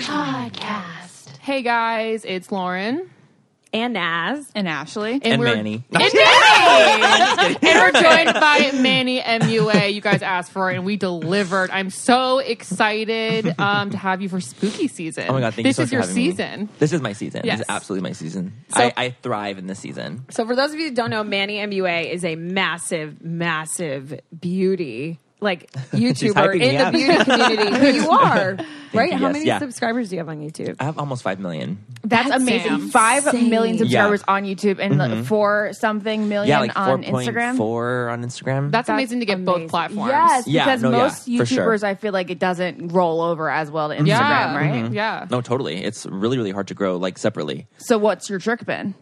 podcast. Hey guys, it's Lauren and Naz. and Ashley and, and we're- Manny. Oh And Manny! and we're joined by Manny MUA. You guys asked for it, and we delivered. I'm so excited um, to have you for spooky season. Oh my god! Thank this you so much is for your having me. season. This is my season. Yes. This is absolutely my season. So- I, I thrive in this season. So, for those of you who don't know, Manny MUA is a massive, massive beauty like YouTuber hyping me in the up. beauty community. who you are, right? you, How yes, many yeah. subscribers do you have on YouTube? I have almost five million. That's, That's amazing. insane. Five million subscribers Yeah. Mm-hmm. on YouTube and like, four something million Yeah, like four on point Instagram. four on Instagram. That's, amazing to get both amazing. platforms. Yes, Yeah, because no, yeah, most for YouTubers, sure. I feel like it doesn't roll over as well to Instagram, Yeah. right? Mm-hmm. Yeah. no, totally. It's really really hard to grow like separately. So what's your trick been?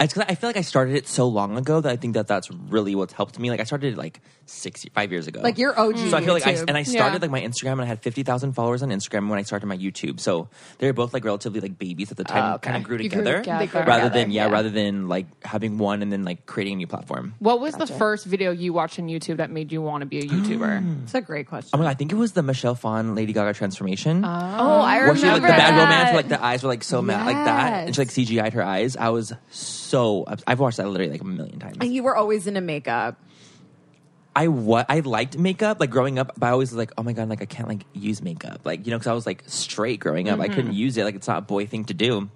It's 'cause I feel like I started it so long ago that I think that that's really what's helped me. Like I started it like six five years ago. Like you're OG. So I feel like I YouTube. and I started Yeah. like my Instagram and I had fifty thousand followers on Instagram when I started my YouTube. So they were both like relatively like babies at the time. Kind of grew together, together. Ah, They grew rather together, than yeah, rather than like having one and then like creating a new platform. What was the first video you watched on YouTube that made you want to be a YouTuber? That's a great question. Oh my god, I think it was the Michelle Fawn Lady Gaga transformation. Oh, I where she was like remember the bad that. romance, like the eyes were like so mad, like that, and she like CGI'd her eyes. I was so ups- I've watched that literally like a million times. and you were always into makeup. I what I liked makeup like growing up, but I always was like, oh my god, like I can't like use makeup, like you know, because I was like straight growing up, I Mm-hmm. couldn't use it, like it's not a boy thing to do.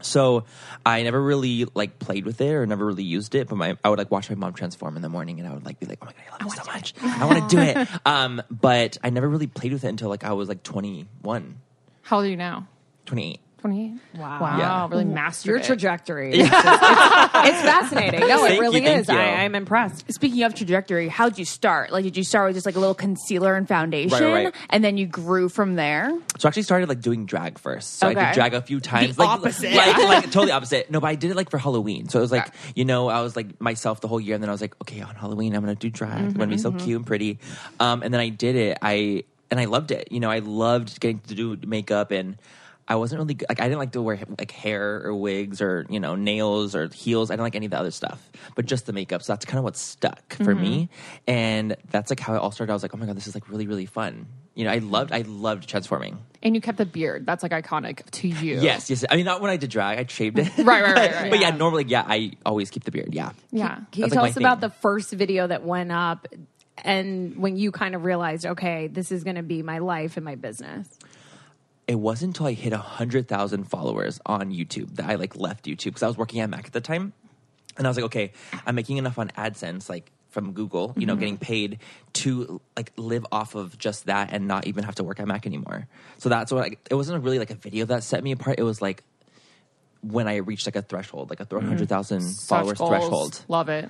So I never really like played with it or never really used it, but my I would like watch my mom transform in the morning, and I would like be like, oh my god, I love it so much, I want to do it. Um, but I never really played with it until like I was like 21, How old are you now? 28. 28. Wow. Wow. Yeah. Really mastered Your it. trajectory. It's, just- it's- it's fascinating. No, Thank it you, really thank is. you. I, I'm impressed. Speaking of trajectory, how'd you start? Like, did you start with just like a little concealer and foundation, Right, right. and then you grew from there? So I actually started like doing drag first. So I Okay. did drag a few times. like, opposite. Like, like, totally opposite. No, but I did it like for Halloween. So it was like, you know, I was like myself the whole year. And then I was like, okay, on Halloween, I'm going to do drag. I'm going to be Mm-hmm, so cute and pretty. Um, and then I did it. I, and I loved it. You know, I loved getting to do makeup and I wasn't really good. Like, I didn't like to wear like hair or wigs or, you know, nails or heels. I didn't like any of the other stuff, but just the makeup. So that's kind of what stuck for me. Mm-hmm. And that's like how it all started. I was like, oh my God, this is like really, really fun. You know, I loved, I loved transforming. And you kept the beard. That's like iconic to you. Yes, yes. I mean, not when I did drag. I shaved it. Right, right, right, right. but yeah, normally, yeah, I always keep the beard. Yeah. Yeah. Can you That's, like, tell my us about thing. the first video that went up and when you kind of realized, okay, this is going to be my life and my business? It wasn't until I hit 100,000 followers on YouTube that I like left YouTube because I was working at Mac at the time. And I was like, okay, I'm making enough on AdSense, like from Google, you Mm-hmm. know, getting paid to like live off of just that and not even have to work at Mac anymore. So that's what I, it wasn't really like a video that set me apart. It was like when I reached like a threshold, like a 300,000 Mm-hmm. Such followers goals. threshold. Love it.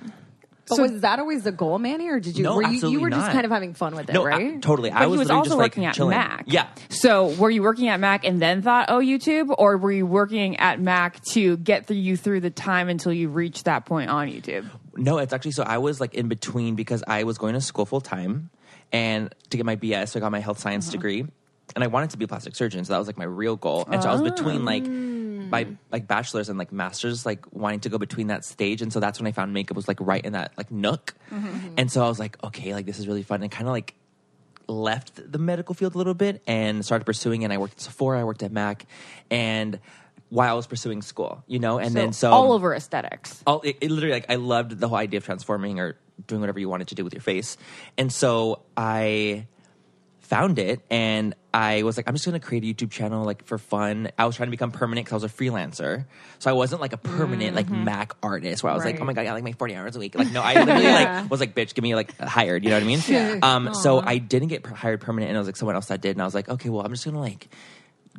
But was that always the goal, Manny, or did you? No, were you, you absolutely were just not. kind of having fun with it, No, I- right? totally. I But was, he was literally also just, like, working at chilling. Mac. Yeah, So were you working at Mac and then thought, oh, YouTube, or were you working at Mac to get through you through the time until you reached that point on YouTube? No, it's actually so I was like in between because I was going to school full time and to get my BS, so I got my health science degree. And I wanted to be a plastic surgeon, so that was like my real goal. And so I was between like my like bachelor's and like masters, like wanting to go between that stage. And so that's when I found makeup was like right in that like nook. And so I was like, okay, like this is really fun. And kind of like left the medical field a little bit and started pursuing it. And I worked at Sephora, I worked at Mac, and while I was pursuing school, you know, and then so all over aesthetics. all it, it literally like I loved the whole idea of transforming or doing whatever you wanted to do with your face. And so I found it and I was like, I'm just gonna create a YouTube channel like for fun. I was trying to become permanent because I was a freelancer. So I wasn't like a permanent like Mac artist where I was like, Mm-hmm. Right. oh my god, I got like my 40 hours a week. Like no, I literally like was like, bitch, give me like hired. You know what I mean? Um, so I didn't get per- hired permanent, and it was like someone else that did, and I was like, okay, well, I'm just gonna like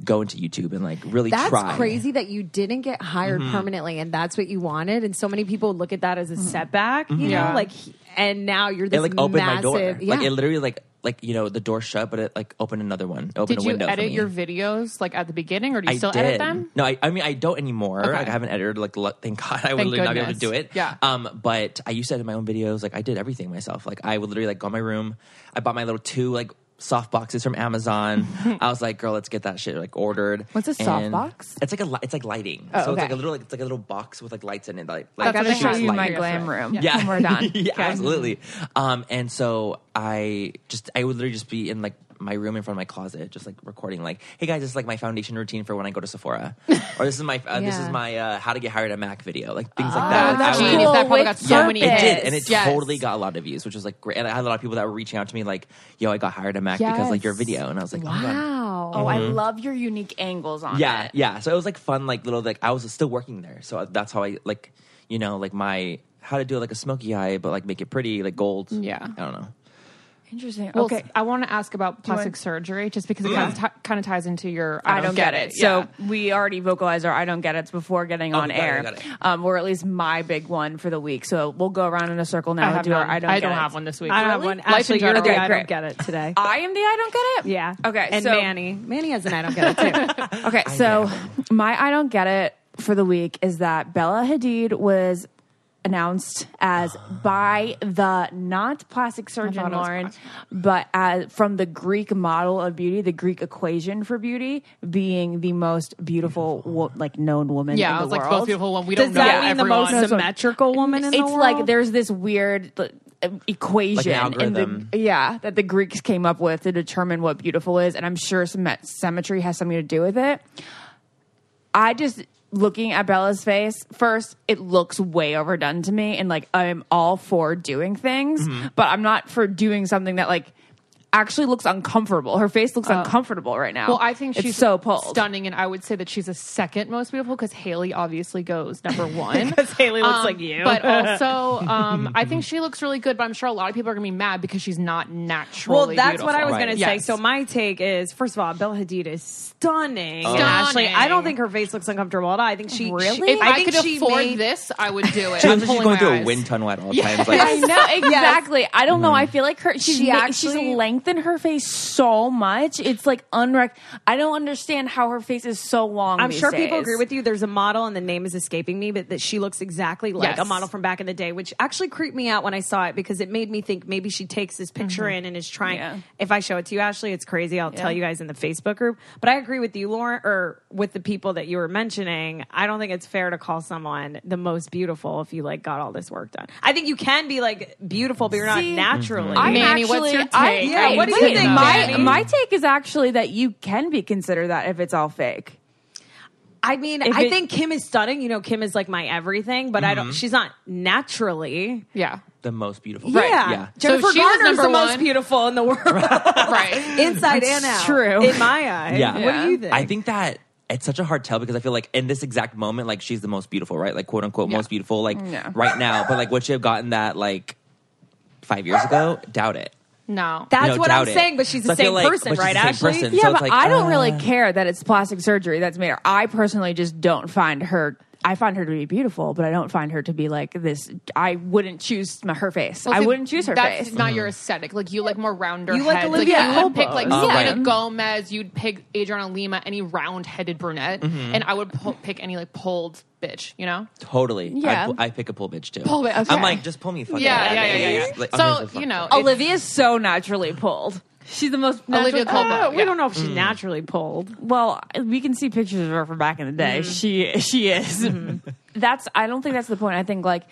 go into YouTube and like really That's try. crazy that you didn't get hired Mm-hmm. permanently, and that's what you wanted. And so many people look at that as a setback, you know. Yeah. Like, and now you're this Mm-hmm. It like opened massive. my door. Yeah. Like it literally like like you know the door shut, but it like opened another one. It Did opened a you window. for edit me. your videos like at the beginning, or do you I still did. edit them? No, I, I mean I don't anymore. Okay. I haven't edited like lu- thank God I would Thank literally not be able to goodness. do it. Yeah. Um, but I used to edit my own videos. Like I did everything myself. Like I would literally like go in my room. I bought my little two like soft boxes from Amazon. I was like, girl, let's get that shit like ordered. What's a soft And box? It's like a li- it's like lighting. so it's okay. like a little like, it's like a little box with like lights in it. Like, I like Oh, That's gotta what I show had you like my years glam ago. room yeah. when we're done. yeah, absolutely. Um, and so I just I would literally just be in like my room in front of my closet, just like recording, like, hey guys, this is like my foundation routine for when I go to Sephora, or this is my uh, this is Yeah. my uh, how to get hired at Mac video, like things like That's that. I would- genius. Oh, cool. That probably got so With many. It purpose. hits. did, and it Yes. totally got a lot of views, which was like great. And I had a lot of people that were reaching out to me like, "Yo, I got hired at Mac because like your Yes. video," and I was like, "Oh my god, wow. Oh, I love your unique angles on Mm-hmm. yeah it. yeah so it was like fun like little like i was still working there so that's how i like you know like my how to do like a smoky eye but like make it pretty like gold Yeah. i don't know Interesting. Well, okay. I want to ask about you plastic want- surgery, just because it kind, of t- kind of ties into your. I don't get it. Yeah. Oh, So we already vocalized our I don't get it before getting on got it, air, got it. Um, or at least my big one for the week. So we'll go around in a circle now I and have do none. our I don't. I get don't it. have one this week. I don't have Really? one. Life in Actually, you're the general. Okay, I great. don't get it today. I am the I don't get it. yeah. Okay. And so Manny, Uh, Manny has an I don't get it too. Okay. So my I don't get it for the week is that Bella Hadid was announced as by the not plastic surgeon thought it was Lauren, but as, from the Greek model of beauty, the Greek equation for beauty being the most beautiful, wo- like known woman. Yeah, in I the was like, world. most beautiful one. We Does don't know that mean the everyone. most symmetrical woman in the it's world? like there's this weird like, um, equation in the- algorithm. yeah that the greeks came up with to determine what beautiful is and i'm sure some symmetry has something to do with it i just looking at bella's face first it looks way overdone to me and like i'm all for doing things but i'm not for doing something that like actually looks uncomfortable her face looks uncomfortable right now Oh. Well, I think Oh, It's she's so pulled stunning, and I would say that she's the second most beautiful because Haley obviously goes number one. Because Haley looks Um, like you. but also um, I think she looks really good. But I'm sure a lot of people are gonna be mad because she's not naturally. Well, that's what I was beautiful. going Right. to say. Yes. So my take is, first of all, Bella Hadid is stunning. Stunning. Ashley, I don't think her face looks uncomfortable at all. I think she Really? she- If I, think could she afford made- this, I would do it. she I'm looks like she's pulling going my through a eyes. wind tunnel at all times I like know exactly. I don't know. I feel like her. She's She ma- actually- she's lengthened her face so much. It's like unrec. I don't understand how her face is so long. I'm these sure people days. agree with you. There's a model, and the name is escaping me, but that she looks exactly like Yes. a model from back in the day, which actually creeped me out when I saw it because it made me think maybe she takes this picture in and is trying. Yeah. If I show it to you, Ashley, it's crazy. I'll tell you guys in the Facebook group. But I agree with you, Lauren, or with the people that you were mentioning. I don't think it's fair to call someone the most beautiful if you like got all this work done. I think you can be like beautiful, but you're See, not naturally. I'm Manny, actually, what's your take? I, Yeah, I- what do you wait, think, My Manny? my take is actually that you can be considered that if it's all fake. I mean, If I it- think Kim is stunning. You know, Kim is like my everything, but I don't. She's not naturally. Yeah, the most beautiful Yeah. yeah Jennifer So she was Garner's the number most one. beautiful in the world, right. inside and out. true. In my eyes. Yeah. What do you think? i think that it's such a hard tell because i feel like in this exact moment like she's the most beautiful right like quote unquote most beautiful like right now but like would she have gotten that like five years ago doubt it No, That's You know, what I'm doubt it. saying, but she's So the I feel same like- person, but she's right, the same Ashley? person, Yeah, so it's but like, I don't uh, really care that it's plastic surgery that's made her. I personally just don't find her. I find her to be beautiful, but I don't find her to be like this. I wouldn't choose my, her face. I see, wouldn't choose her that's face. not your aesthetic. Like you like more rounder. Mm. You like heads. Olivia you would pick Colpo. like Oh, Selena Uh, right. Gomez. You'd pick Adriana Lima, any round-headed brunette, Mm-hmm. and I would pull, pick any like pulled bitch. You know. Totally. Yeah. I, pu- I pick a pull bitch too. Pull bitch, okay. I'm like, just pull me fucking. Yeah, out of yeah, it. yeah, yeah, yeah. Like, So, I'm here for you fuck. know, it- Olivia's so naturally pulled. She's the most Olivia natural- Colman. Uh, we Yeah. don't know if Mm. she's naturally pulled. Uh-huh. Well, we can see pictures of her from back in the day. Mm-hmm. She she is. That's I don't think that's the point. I think like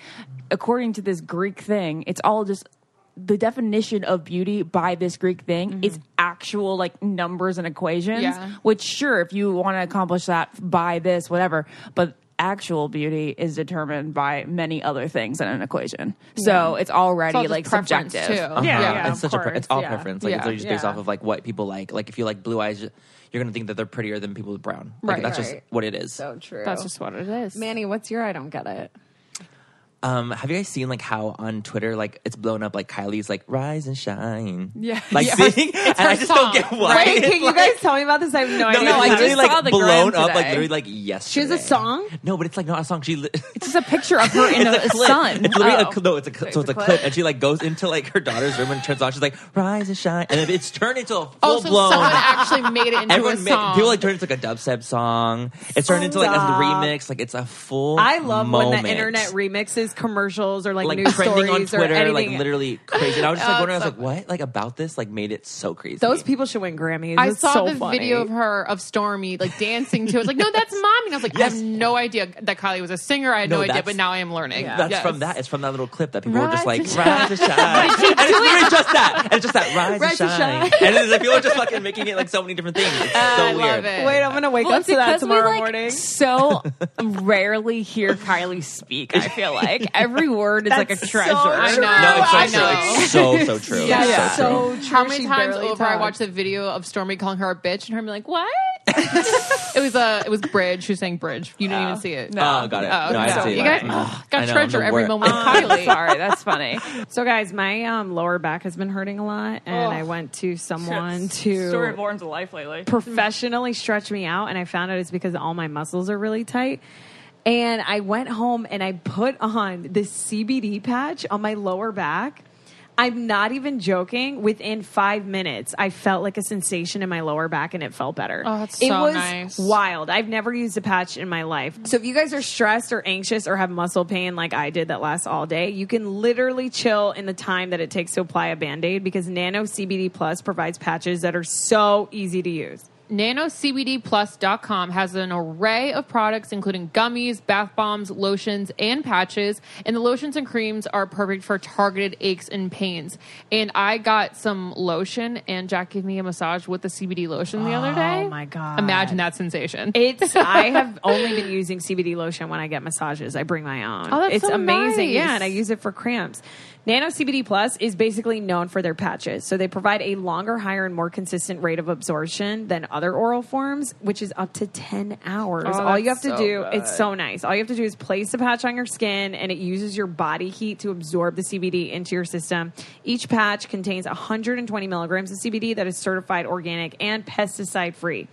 according to this Greek thing, it's all just the definition of beauty by this Greek thing is actual like numbers and equations. Mm-hmm. Yeah. Which sure, if you want to accomplish that by this, whatever, but. actual beauty is determined by many other things in an equation. So it's already It's all just like preference, subjective. too. Yeah, Uh-huh. yeah, it's of such a pre- it's course, all yeah. preference. Like it's Yeah. it's just based Yeah. off of like what people like. Like if you like blue eyes, you're gonna think that they're prettier than people with brown. Like Right. that's just Right. what it is. So true. That's just what it is. Manny, what's your I don't get it? Um, have you guys seen like how on Twitter like it's blown up like Kylie's like rise and shine. Yeah, like Yeah, seeing, and her I just song, don't get why. Wait, it's can you like- guys tell me about this? I have no, No, idea. no, like I literally just saw like the blown gram up like today. literally like yesterday. She has a song? No, but it's like not a song. She li- it's It's a picture of her in the clip. sun. It's literally Oh. a, cl- no, it's a cl- so it's a clip. and she like goes into like her daughter's room and turns on. She's like rise and shine, and then it's turned into a full oh, so blown. someone actually made it into a Everyone, ma- song. people like turned into like a dubstep song. It's turned into like a Stop. remix. Like it's a full. I love when moment. the internet remixes commercials or like, like news trending stories on or Twitter, anything. like literally crazy. And I was just like wondering, I was like, what? Like about this? Like made it so crazy. Those people should win Grammys. I It's saw so the funny. video of her of Stormy like dancing to it. It's like, no, that's mommy. And I was like, I Yes. have no idea that Kylie was a singer. I had No, no, idea, that's- but now I am learning. That's Yes. from that. It's from that little clip that people were just like, Rise and rise and shine. and it's literally just that. And it's just that rise, Rise and and shine. and it's like people are just fucking making it like so many different things. It's so I weird. love it. Wait, I'm gonna wake Well, up to that because tomorrow we, like, morning. So rarely hear Kylie speak. I feel like every word is like a That's so treasure. I know. No, it's so I true. know. It's so so true. Yeah, It's yeah. so true. How many times over I watched the video of Stormy calling her a bitch and her being like, "What?" it was uh, it was Bridge. She was saying Bridge. You didn't even see it. Oh, got Oh, it. no, I okay. didn't see You that. got- Ugh, I Got know, treasure I'm the every worst. moment with Kylie. Sorry, that's funny. So, guys, my um, lower back has been hurting a lot, and I went to someone to Born's a life lately. professionally stretch me out, and I found out it's because all my muscles are really tight. And I went home and I put on this CBD patch on my lower back. I'm not even joking. Within five minutes, I felt like a sensation in my lower back, and it felt better. Oh, that's it so was nice. wild. I've never used a patch in my life. So if you guys are stressed or anxious or have muscle pain like I did that lasts all day, you can literally chill in the time that it takes to apply a band-aid because Nano CBD Plus provides patches that are so easy to use. NanoCBDPlus.com has an array of products, including gummies, bath bombs, lotions, and patches. And the lotions and creams are perfect for targeted aches and pains. And I got some lotion, and Jack gave me a massage with the CBD lotion the other day. Oh, my God. Imagine that sensation. It's I have only been using CBD lotion when I get massages. I bring my own. Oh, that's it's so amazing. nice. Yeah, and I use it for cramps. Nano CBD Plus is basically known for their patches. So they provide a longer, higher, and more consistent rate of absorption than other oral forms, which is up to 10 hours. Oh, All you have that's so to do, it's so nice. All you have to do is place the patch on your skin and it uses your body heat to absorb the CBD into your system. Each patch contains 120 milligrams of CBD that is certified organic and pesticide free.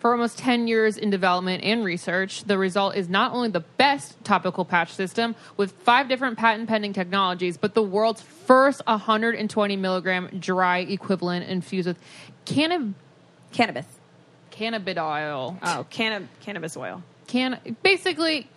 For almost 10 years in development and research, the result is not only the best topical patch system with five different patent pending technologies, but the world's first 120 milligram dry equivalent infused with cannab- Cannabis. cannabis oil. Oh, canna- cannabis oil. Can- basically,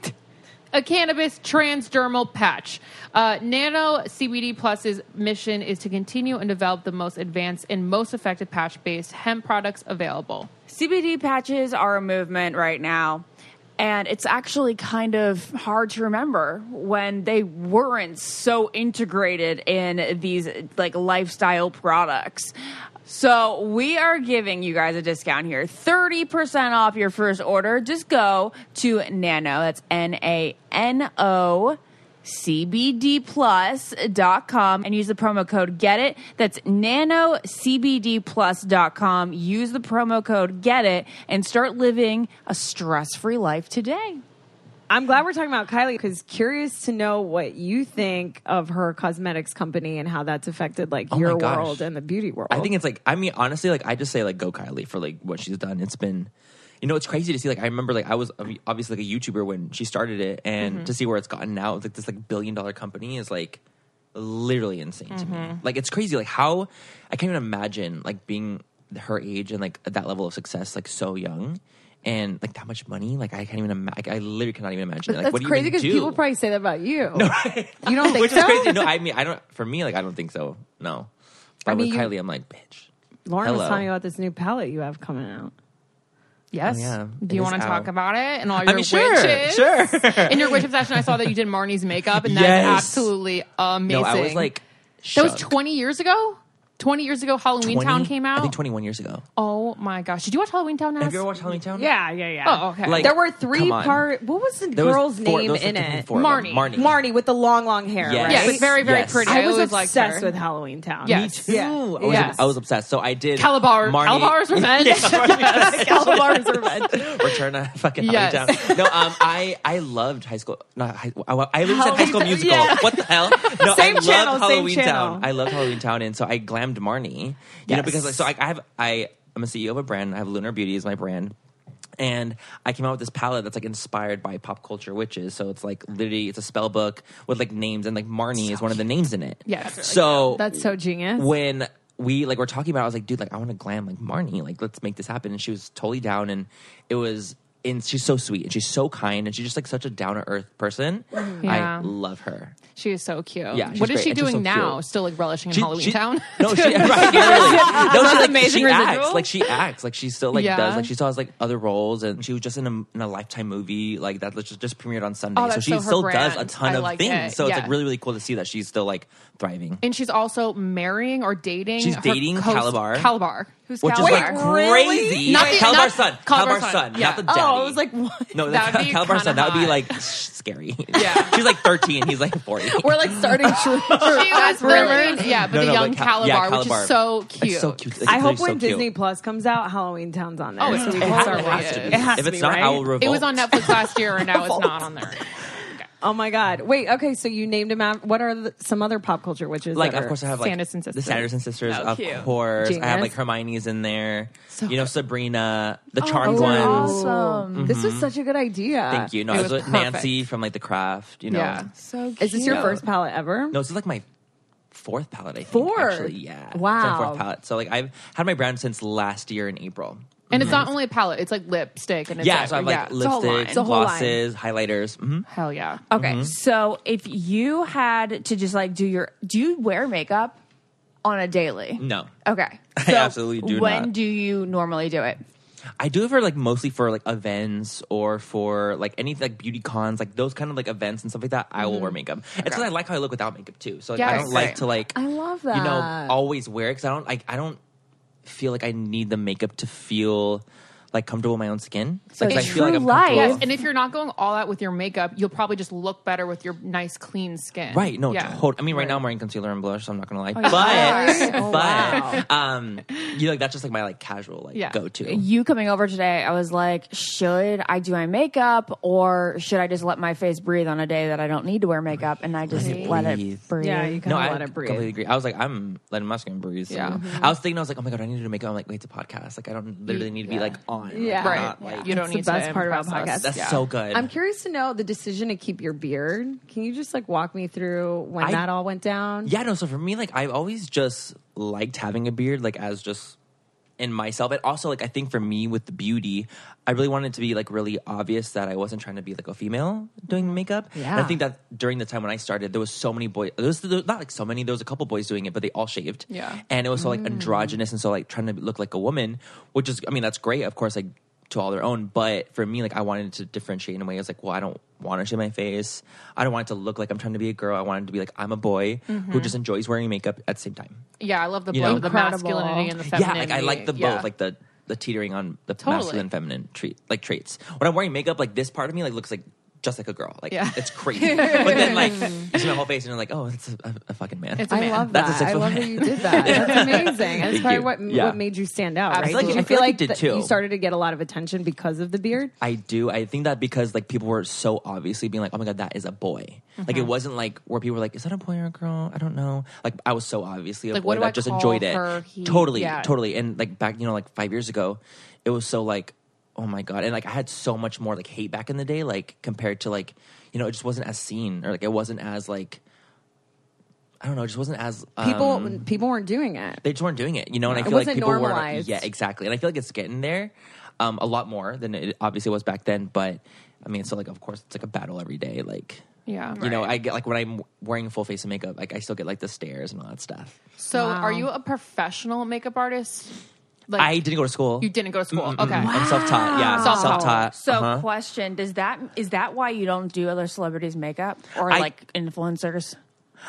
a cannabis transdermal patch. Uh, Nano CBD Plus's mission is to continue and develop the most advanced and most effective patch based hemp products available. CBD patches are a movement right now. And it's actually kind of hard to remember when they weren't so integrated in these like lifestyle products. So we are giving you guys a discount here. 30% off your first order. Just go to Nano. That's N A N O cbdplus.com and use the promo code get it that's nanocbdplus.com use the promo code get it and start living a stress-free life today I'm glad we're talking about Kylie because curious to know what you think of her cosmetics company and how that's affected like Oh my your gosh. world and the beauty world. I think it's like I mean honestly like I just say like go Kylie for like what she's done. It's been you know it's crazy to see like I remember like I was ob- obviously like a YouTuber when she started it and to see where it's gotten now it's like this like billion dollar company is like literally insane to me. Like it's crazy like how I can't even imagine like being her age and like at that level of success like so young. And like that much money, like I can't even. Ima- like, I literally cannot even imagine. Like, That's what do you crazy because because people probably say that about you. You don't think Which so? is crazy. No, I mean, I don't. For me, like, I don't think so. No, but with mean, you- Kylie, I'm like, bitch. Lauren was Hello. telling you about this new palette you have coming out. yes Yeah. Do you want to talk about it and all your I mean, sure, witches? sure. In your witch obsession, I saw that you did Marnie's makeup, and that's Yes. absolutely amazing. No, I was like, that was shook. 20 years ago. 20 years ago, Halloween 20? Town came out. I think 21 years ago. Oh my gosh. Did you watch Halloween Town? Have you Naz? ever watched Halloween Town? Yeah, yeah, yeah. Oh, okay. Like- there were come three on. part. What was the There was girl's four- name there was in like the it? four of them. Marnie. Marnie. Marnie with the long, long hair. Yes. Right? Yes, very, very Yes. pretty. I was always liked obsessed her. with Halloween Town. Yes. Ooh, I was, Yes. I was obsessed. So I did Calabar. Marnie- Calabar's Revenge. Calabar's Revenge. Return to fucking Yes. Halloween Town. No, um, I I loved High School. Not high, I, I even said High Halloween School Town, Musical. yeah. What the hell? No, Same I loved channel, same Halloween channel. Town. I loved Halloween Town, and so I glammed Marnie. You know, Yes. because like, so I, I have I am a CEO of a brand. I have Lunar Beauty is my brand. And I came out with this palette that's like inspired by pop culture witches. So it's like literally, it's a spell book with like names, and like Marnie is one of the names in it. Yes. That's So That's so genius. when we like were talking about it, I was like, dude, like I want to glam like Marnie, like let's make this happen. And she was totally down and it was and she's so sweet and she's so kind and she's just like such a down to earth person. Mm-hmm. Yeah. I love her. She is so cute. Yeah, she's what is great. she And she's doing so now? cute. Still like relishing in She- Halloween she- Town? No, she right, literally. No, she like, amazing she acts residual. like she acts like she still like Yeah. does like she still has like other roles and she was just in a, in a lifetime movie like that that just, just premiered on Sunday. Oh, so that's she so her still brand. does a ton I of like things. it. So it's Yeah. like really really cool to see that she's still like thriving. and she's also marrying or dating. She's her dating co- Calabar. Calabar. Who's which Calabar? is like crazy. Not the- Calabar's not- son. Calabar's Calabar's son. son. Yeah. Not the Oh, I daddy. was like, what? No, That that would be Calabar's son. kinda That would be hot. like scary. Yeah. she's like 13. He's like 40. We're like starting true. she was married. Yeah, but No, the no, young but Cal- Calabar, yeah, which Calabar. is so cute. It's so cute. It's I hope literally so when cute. Disney Plus comes out, Halloween Town's on there. Oh, it's so we gonna can be start on there. watching It it. has has if to it's be, not, right? I will revolt. It was on Netflix last year, and now it's not on there. Oh my God! Wait. Okay, so you named him out. What are the, some other pop culture witches? Like, that of are- course, I have like Sanderson sisters. the Sanderson sisters, Oh, of cute. course. I have Genius. like Hermione's in there. you know, Sabrina, the Oh, charmed Those are ones. Mm-hmm. awesome. This is such a good idea. Thank you. No, It I was was with Nancy from like The Craft. You know, Yeah. So cute. Is this your first palette ever? No, this is like my fourth palette. I think, Fourth? Actually, yeah. It's my Wow. fourth palette. So like I've had my brand since last year in April. And it's not only a palette; it's like lipstick and it's Mm-hmm. Yeah, so I have like yeah, it's a whole line. lipsticks, glosses, highlighters. hmm Hell yeah! Okay, so if you had to just like do your, do you wear makeup on a daily? No. Okay. Mm. I So absolutely do When not. do you normally do it? I do it for like mostly for like events or for like any like beauty cons, like those kind of like events and stuff like that. I will wear makeup. It's because I like how I look without makeup too. So like, I Mm-hmm. Yes. don't like to like I love you know that. always wear because I don't like I don't feel like I need the makeup to feel like comfortable in my own skin. So like, 'cause it's I feel like true I'm life. comfortable- Yes, and if you're not going all out with your makeup, you'll probably just look better with your nice, clean skin. Right. No. Yeah. tot- I mean, right, now I'm wearing concealer and blush, so I'm not gonna lie. but but um, you know, like that's just like my like casual like Yeah. go to. You coming over today, I was like, should I do my makeup or should I just let my face breathe on a day that I don't need to wear makeup and I just Breathe. let it breathe? Yeah, you kind No, of I let it breathe. completely agree. I was like, I'm letting my skin breathe. So. Yeah. I was thinking, I was like, oh my god, I need to make it. I'm like, wait, it's a podcast. Like, I don't literally need to be like on. Yeah. Like, Right. not, like- You don't That's the need best to part about impress us. podcasts. that's Yeah. so good. I'm curious to know the decision to keep your beard. Can you just like walk me through when I- that all went down? Yeah, no. So for me, like I've always just liked having a beard, like as just in myself, and also like I think for me with the beauty, I really wanted it to be like really obvious that I wasn't trying to be like a female doing makeup. And I Mm-hmm. Yeah. think that during the time when I started, there was so many boys. There was, there was not like so many. There was a couple boys doing it, but they all shaved. Yeah. and it was so Mm. like androgynous, and so like trying to look like a woman, which is, I mean, that's great, of course, like to all their own. But for me, like I wanted to differentiate in a way. I was like, well, I don't want to shave my face. I don't want it to look like I'm trying to be a girl. I wanted to be like I'm a boy who Mm-hmm. just enjoys wearing makeup at the same time. Yeah, I love the You both know? the Incredible. masculinity and the femininity. Yeah, like I like the Yeah. both, like the the teetering on the Totally. masculine feminine treat like traits. When I'm wearing makeup, like this part of me like looks like just like a girl. Like Yeah. it's crazy. but then like you see my whole face and you're like, oh, it's a, a, a fucking man. It's a I man. love That's a that. I sexual love man. that you did that. That's amazing. That's Thank probably you. what Yeah. what made you stand out, right? feel like- Did you I feel like it did that too. you started to get a lot of attention because of the beard? I do. I think that because like people were so obviously being like, oh my god, that is a boy. Like Mm-hmm. it wasn't like where people were like, is that a boy or a girl? I don't know. Like I was so obviously a Like, boy what do that I just call enjoyed it. her? He- totally, yeah. totally. And like back, you know, like five years ago, it was so like, oh my god. And like I had so much more like hate back in the day, like compared to like, you know, it just wasn't as seen or like it wasn't as like, I don't know, it just wasn't as People um, people weren't doing it. they just weren't doing it, you know. And I It feel like wasn't people normalized. were, yeah, exactly. And I feel like it's getting there, um, a lot more than it obviously was back then. But I mean, so like, of course, it's like a battle every day. Like, Yeah. you know, I get like when I'm wearing a full face of makeup, like I still get like the stares and all that stuff. So, are you a professional makeup artist? Like I didn't go to school. You didn't go to school. Okay. I'm self taught. Yeah, Wow. self taught. So, question: Does that is that why you don't do other celebrities' makeup or I- like influencers?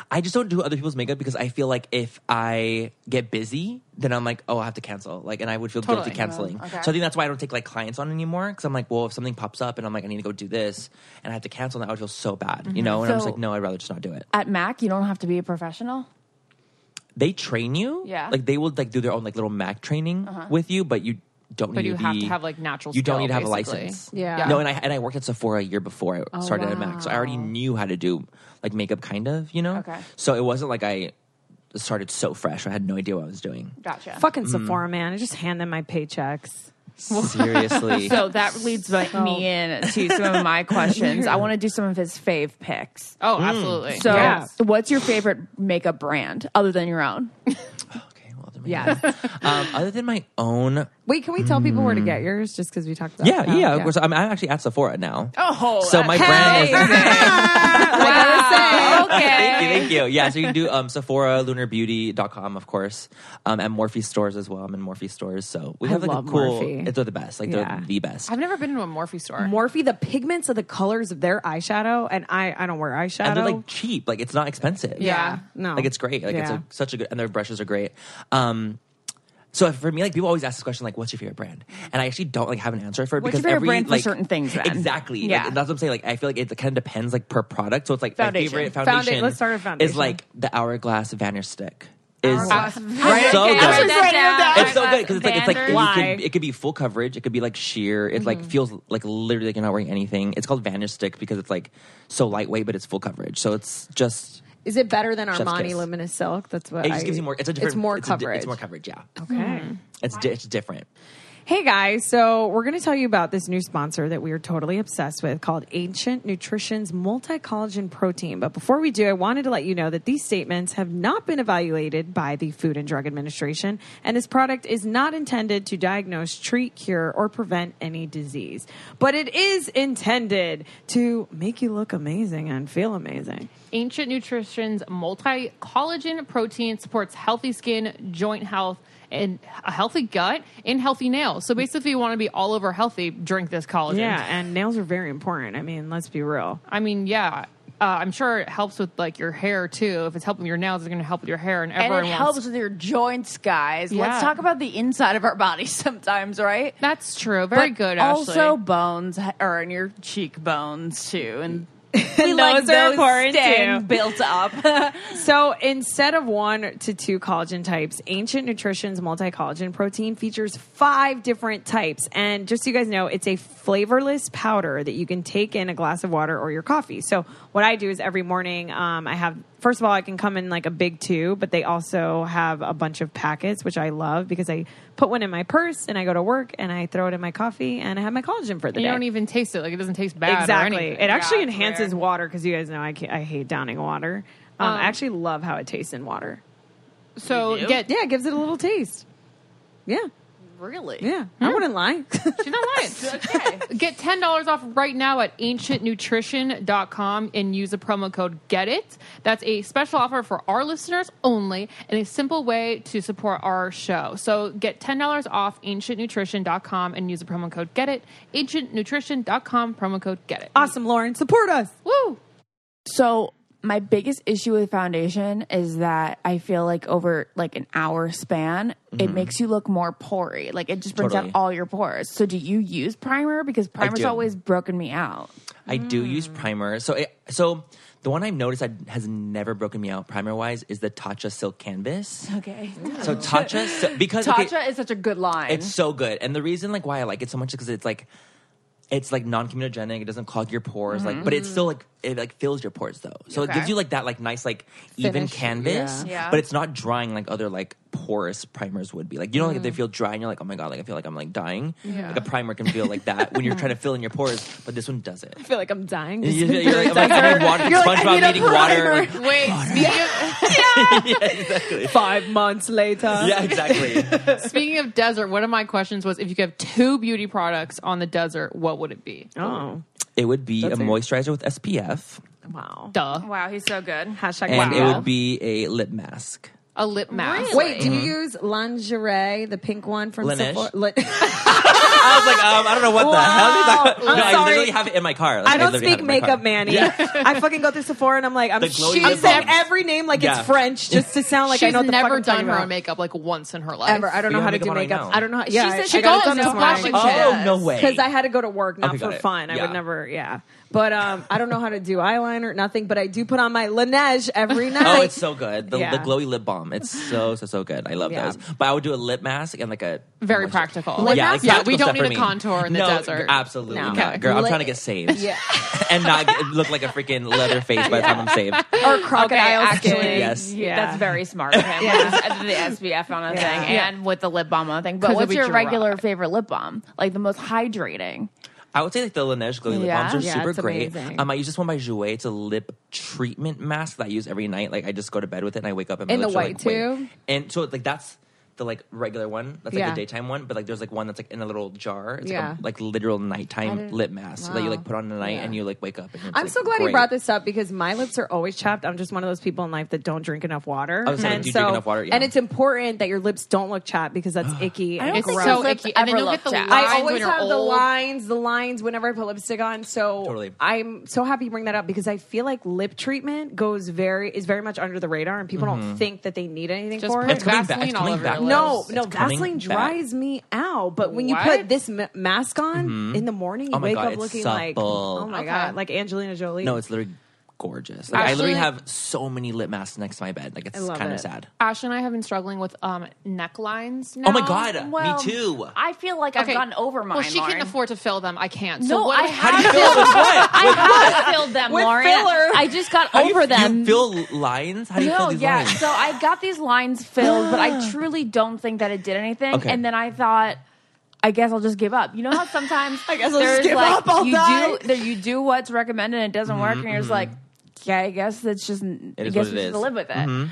I just don't do other people's makeup because I feel like if I get busy, then I'm like, oh, I have to cancel. Like, and I would feel guilty canceling. So I think that's why I don't take like clients on anymore because I'm like, well, if something pops up and I'm like, I need to go do this and I have to cancel, then I would feel so bad, you know. And I'm just So- like, no, I'd rather just not do it. At Mac, you don't have to be a professional. They train you, Yeah. Like they will like do their own like little Mac training with you, but you don't. Uh-huh. But need you to have be- to have, like, natural You don't skill, need to have basically. Oh, a license. Yeah. Yeah. No, and I and I worked at Sephora a year before I started at Mac, so I already knew how to do like makeup, kind of, you know. Okay. So it wasn't like I started so fresh. I had no idea what I was doing. Gotcha. Mm. Fucking Sephora, man. I just hand them my paychecks. Seriously. So that leads like, me in to some of my questions. I want to do some of his fave picks. Oh, Mm. absolutely. So, Yeah. what's your favorite makeup brand other than your own? okay. Well, then maybe- um, other than my own, Wait, can we tell people where to get yours? Just because we talked about Mm. yeah, it now? yeah. Of course, I'm, I'm actually at Sephora now. Oh, so my brand is. wow. Thank you, okay. thank you. Yeah, so you can do um, Sephora, lunarbeauty.com, of course, um, and Morphe stores as well. I'm in Morphe stores, so we I have like love a cool. Morphe. They're the best. Like Yeah. they're the best. I've never been to a Morphe store. Morphe, the pigments of the colors of their eyeshadow, and I, I don't wear eyeshadow. and they're like cheap. Like it's not expensive. Yeah. No. Like it's great. Like it's Yeah. a, such a good, and their brushes are great. Um, so for me, like people always ask this question, like, "What's your favorite brand?" And I actually don't like have an answer for it What's your because favorite every brand for like certain things, then? exactly. Like, Yeah. that's what I'm saying. Like I feel like it kind of depends like per product. So it's like Foundation. my favorite Founda- foundation. let's start with Is foundation. like the Hourglass Vanish Stick. Is Hourglass right so Okay, good. I wrote that down. It's so good because it's like it's like Vanders. you Why? can, it could be full coverage. It could be like sheer. It like feels like literally like you're not wearing anything. It's called Vanish Stick because it's like so lightweight, but it's full coverage. So it's just Is it better than Chef's Armani kiss. Luminous Silk? That's what it just I- gives you more. It's a different. It's more a di- coverage. it's more coverage. Yeah, okay. it's di- it's different. Hey guys, so we're going to tell you about this new sponsor that we are totally obsessed with called Ancient Nutrition's Multi Collagen Protein. But before we do, I wanted to let you know that these statements have not been evaluated by the Food and Drug Administration, and this product is not intended to diagnose, treat, cure, or prevent any disease. But it is intended to make you look amazing and feel amazing. Ancient Nutrition's multi collagen protein supports healthy skin, joint health, and a healthy gut and healthy nails. So basically, if you want to be all over healthy, drink this collagen. Yeah, and nails are very important. I mean, let's be real. I mean, yeah. Uh, I'm sure it helps with like your hair too. If it's helping your nails, it's going to help with your hair, and And everyone it wants- helps with your joints, guys. Yeah. Let's talk about the inside of our bodies sometimes, right? That's true. Very But good, Also, Ashley. bones are in your cheekbones too, and Those are important, staying too. Built up. So instead of one to two collagen types, Ancient Nutrition's multi collagen protein features five different types. And just so you guys know, it's a flavorless powder that you can take in a glass of water or your coffee. So what I do is every morning, um, I have, first of all, I can come in like a big two, but they also have a bunch of packets, which I love because I put one in my purse and I go to work and I throw it in my coffee and I have my collagen for the you day. don't even taste it. Like it doesn't taste bad. or Exactly. anything. It actually Yeah, it's enhances weird. water because you guys know I, can't, I hate downing water. Um, I actually love how it tastes in water. So get Yeah, it gives it a little taste. Yeah, really? yeah. I wouldn't lie. She's not lying. Get ten dollars off right now at ancientnutrition.com and use the promo code Get It. That's a special offer for our listeners only, and a simple way to support our show. So get ten dollars off ancientnutrition.com and use the promo code Get It. Ancientnutrition.com promo code Get It. awesome, Lauren. Support us. Woo! So my biggest issue with foundation is that I feel like over like an hour span, it makes you look more pory. Like it just brings Totally. out all your pores. So do you use primer? Because primer's do. always broken me out. I do use primer. So it, so the one I've noticed that has never broken me out primer wise is the Tatcha Silk Canvas. Okay. So Tatcha Sil- because okay, Tatcha is such a good line. It's so good, and the reason like why I like it so much is because it's like it's like non-comedogenic. It doesn't clog your pores, like, but it's still like it like fills your pores though. So it gives Mm. Okay. you like that like nice like even canvas, yeah. Yeah. but it's not drying like other like porous primers would be. Like you know, like Mm. they feel dry, and you're like, oh my god, like I feel like I'm like dying. Like a primer can feel like that when you're trying to fill in your pores, but this one doesn't. I feel like I'm dying. You- You're, like, "Oh I'm like, I'm eating water, You're like, SpongeBob I need a eating water. like- Wait, speaking of, yeah, exactly. Five months later. Yeah, exactly. speaking of desert, one of my questions was if you could have two beauty products on the desert, what would it be? Oh, It would be a moisturizer with SPF. wow. Duh. wow, he's so good. Hashtag and wow. it would be a lip mask. A lip mask. mm-hmm. Wait, do you use lingerie, the pink one from Laneige. Sephora? Lin- I was like, um, I don't know what the hell. You're talking about. I'm No, I sorry. literally have it in my car. Like, I don't literally have speak it in my makeup, car. Manny. Yeah. I fucking go through Sephora and I'm like, I'm, The glowy I'm lip saying balm. every name like Yeah. it's French just to sound like I She's know what the fuck never I'm talking done her about. own makeup like once in her life. ever. I don't know You how don't to make do them right makeup. now. I don't know. How, She said she goes into flash and Oh no way! because I had to go to work, not Okay, for got it. fun. I Yeah. would never, yeah. But um, I don't know how to do eyeliner, nothing. But I do put on my Laneige every night. Oh, it's so good. The, Yeah. the glowy lip balm. It's so so so good. I love Yeah. those. But I would do a lip mask and like a Very moisture- practical. Lip Yeah, mask? like Yeah, practical we don't stuff need for a me. contour in the no, desert. Absolutely No. not, girl. I'm Lip- trying to get saved. yeah. and not get, look like a freaking leather face by the time I'm saved. or crocodile actually, skin. yes. Yeah. Yeah. that's very smart of him. with The SPF on a thing Yeah. and with the lip balm on a thing. But 'Cause what's it'll your be regular favorite lip balm? Like the most hydrating. I would say like the Laneige glowy lip Yeah? balms are Yeah, super it's great. amazing. Um, I use this one by Jouer. It's a lip treatment mask that I use every night. Like I just go to bed with it and I wake up and my And the lips are, like, white tube? wet. And so like that's the like regular one. That's like Yeah. the daytime one. But like there's like one that's like in a little jar. It's Yeah. like, a, like literal nighttime lip mask that you like put on at night and you like wake up. And it's, I'm like, so glad great. you brought this up because my lips are always chapped. I'm just one of those people in life that don't drink enough water. I was saying, and do Oh, you drink enough water? Yeah. And it's important that your lips don't look chapped because that's icky and think gross. so. so Lips icky. And ever then you'll get the looked at. lines I always when you're have old. the lines, the lines whenever I put lipstick on. So Totally. I'm so happy you bring that up because I feel like lip treatment goes very is very much under the radar and people don't think that they need anything Just for put Mm-hmm. it. It's coming back. Vaseline It's all coming over your back. lips. No, It's no, coming Vaseline back. dries me out. But when you put What? this ma- mask on in the morning, you Oh my wake God, up it's looking like, supple. oh my Okay. god, like Angelina Jolie. No, it's literally gorgeous. Like, I literally have so many lip masks next to my bed. Like it's love kind of it. sad. Ash and I have been struggling with um, necklines. Oh my now. god, Well, me too. I feel like I've gotten over mine. Well, she Lauren. can afford to fill them. I can't. No, so what I How do have you feel with what? I have filled them, With Lauren. filler. I just got How do over you, them. You fill lines? How do you no, fill these yeah. lines? So I got these lines filled, but I truly don't think that it did anything. Okay. And then I thought, I guess I'll just give up. You know how sometimes I guess I'll just give up, I'll you die. do there, you do what's recommended and it doesn't work, and you're just like, yeah, I guess that's just I is guess what Mm-hmm, it we just is. Mm-hmm. live with it.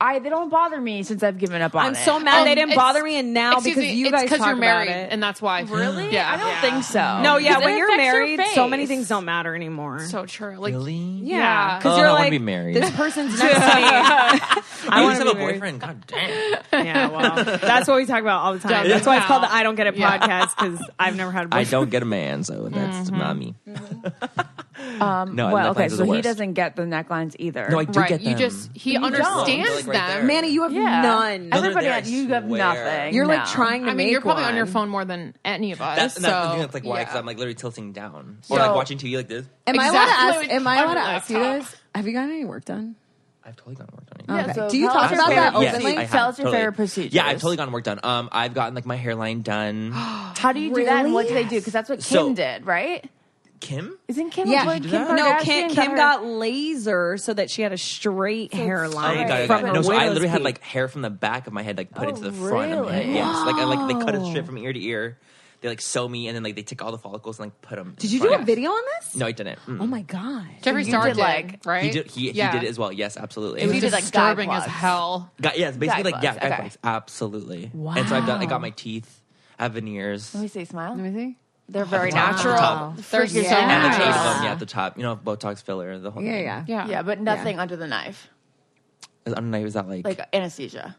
I they don't bother me since I've given up on I'm it. so mad Um, they didn't it's- bother me, and now Excuse because me, you it's guys talk you're married, about and it. um, that's why. Really? Yeah, I don't yeah. think so. no, Because yeah, it when you're affects your married, so many face. things don't matter anymore. So true. Like, really? yeah, because Oh, you're I wanna like be married. this person's next to me. I wanna want to have be a married. boyfriend. God damn. Yeah, well, that's what we talk about all the time. Doesn't That's why it's called count. the I Don't Get It Yeah. podcast because I've never had. a I boyfriend. don't get a man, so that's not me. um, no, I Mm-hmm. Well, like okay, lines are so the he worst. doesn't get the necklines either. No, I do right. get them. You just, he You don't. understands Like right there. them. Manny, you have Yeah. none. No, they're Everybody, there, I else, you have swear. nothing. You're like No. trying to I make mean, you're probably on your one. phone more than any of us. That's, so, and that's the thing. That's like why, because yeah. I'm like literally tilting down or like So- watching TV like this. Am I allowed to ask? Exactly. Am I On allowed to your ask you laptop. this? Have you gotten any work done? I've totally gone work done. Yeah, Okay. so Do you tell talk us your about that favorite- Yes, openly? I have, Tell us your totally. favorite procedures. Yeah, I've totally gotten work done. Um, I've gotten like my hairline done. How do you do that? And what do they do? Because that's what Kim So- did, right? Kim? Isn't Kim? Yeah. what Did you Kim do that? No, Kardashian Kim, Kim got laser so that she had a straight hairline Oh my Right. god! I from got- her No, so I widow's literally had peak. like hair from the back of my head like put Oh, into the front of my head. really? Yes, like I like they cut it straight from ear to ear. They like sew me and then like they take all the follicles and like put them. Did you do a video on this? No, I didn't. Mm. Oh my god. Jeffree you Star did, did, like- right? He did. He, Yeah. he did it as well. Yes, absolutely. It was did, like, guy disturbing as plugs. hell. Got, yes, basically Guy like yeah, plugs, guy okay. plugs. absolutely. And so I've done. I got my teeth. I have veneers. Oh, Let me see, smile. Mm, Let me see. They're very Wow. natural. Top. They're so And the nice. tape on, yeah, at the top. You know, Botox filler, the whole Yeah, thing. yeah. Yeah. Yeah, but nothing under the knife, I don't know. Was that like? like anesthesia.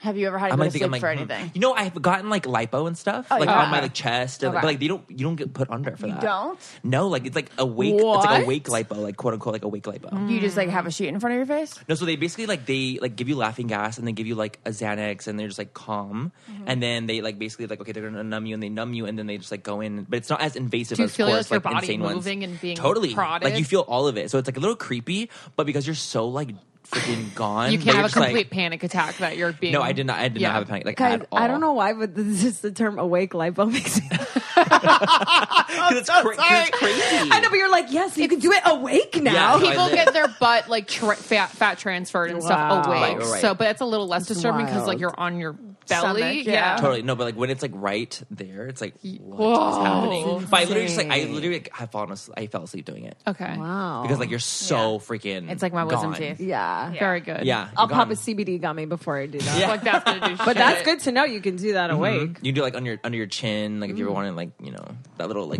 Have you ever had to I go might to think sleep I'm like, for hmm. anything? you know, I've gotten like lipo and stuff, Oh, like yeah. on my like chest, and, like, Okay. but like you don't you don't get put under for You that. don't? No, like it's like awake. It's like awake lipo, like quote unquote, like awake lipo. Mm. You just like have a sheet in front of your face. No, so they basically like they like give you laughing gas and they give you like a Xanax and they're just like calm, Mm-hmm. and then they like basically like okay they're gonna numb you and they numb you and then they just like go in, but it's not as invasive Do you as feel of like course, your body insane moving ones. and being totally prodded? like you feel all of it, so it's like a little creepy, but because you're so like freaking gone, You they're can't have a just, like- complete panic attack that you're being. no, I did not. I did Yeah. not have a panic like Guys, at all. I don't know why, but this is just the term awake lipo makes me. 'Cause it's, cra- 'cause it's crazy. I know, but you're like, yes, you can do it awake now. Yeah. People I did. get their butt like tra- fat, fat transferred and Wow. stuff awake. Right, right. So, but it's a little less disturbing because like wild. you're on your belly. Stomach, yeah. yeah. Totally no, but like when it's like right there, it's like what is Whoa. happening? But I literally just like I literally like, I fallen asleep, I fell asleep doing it Okay. Wow. because like you're so freaking. It's like my wisdom gone. teeth. yeah. Very good. Yeah, I'll you're pop gone. a CBD gummy before I do that. Like that's gonna do But that's good to know you can do Mm-hmm. that awake. You do like under your under your chin, like if you ever wanted like you know that little like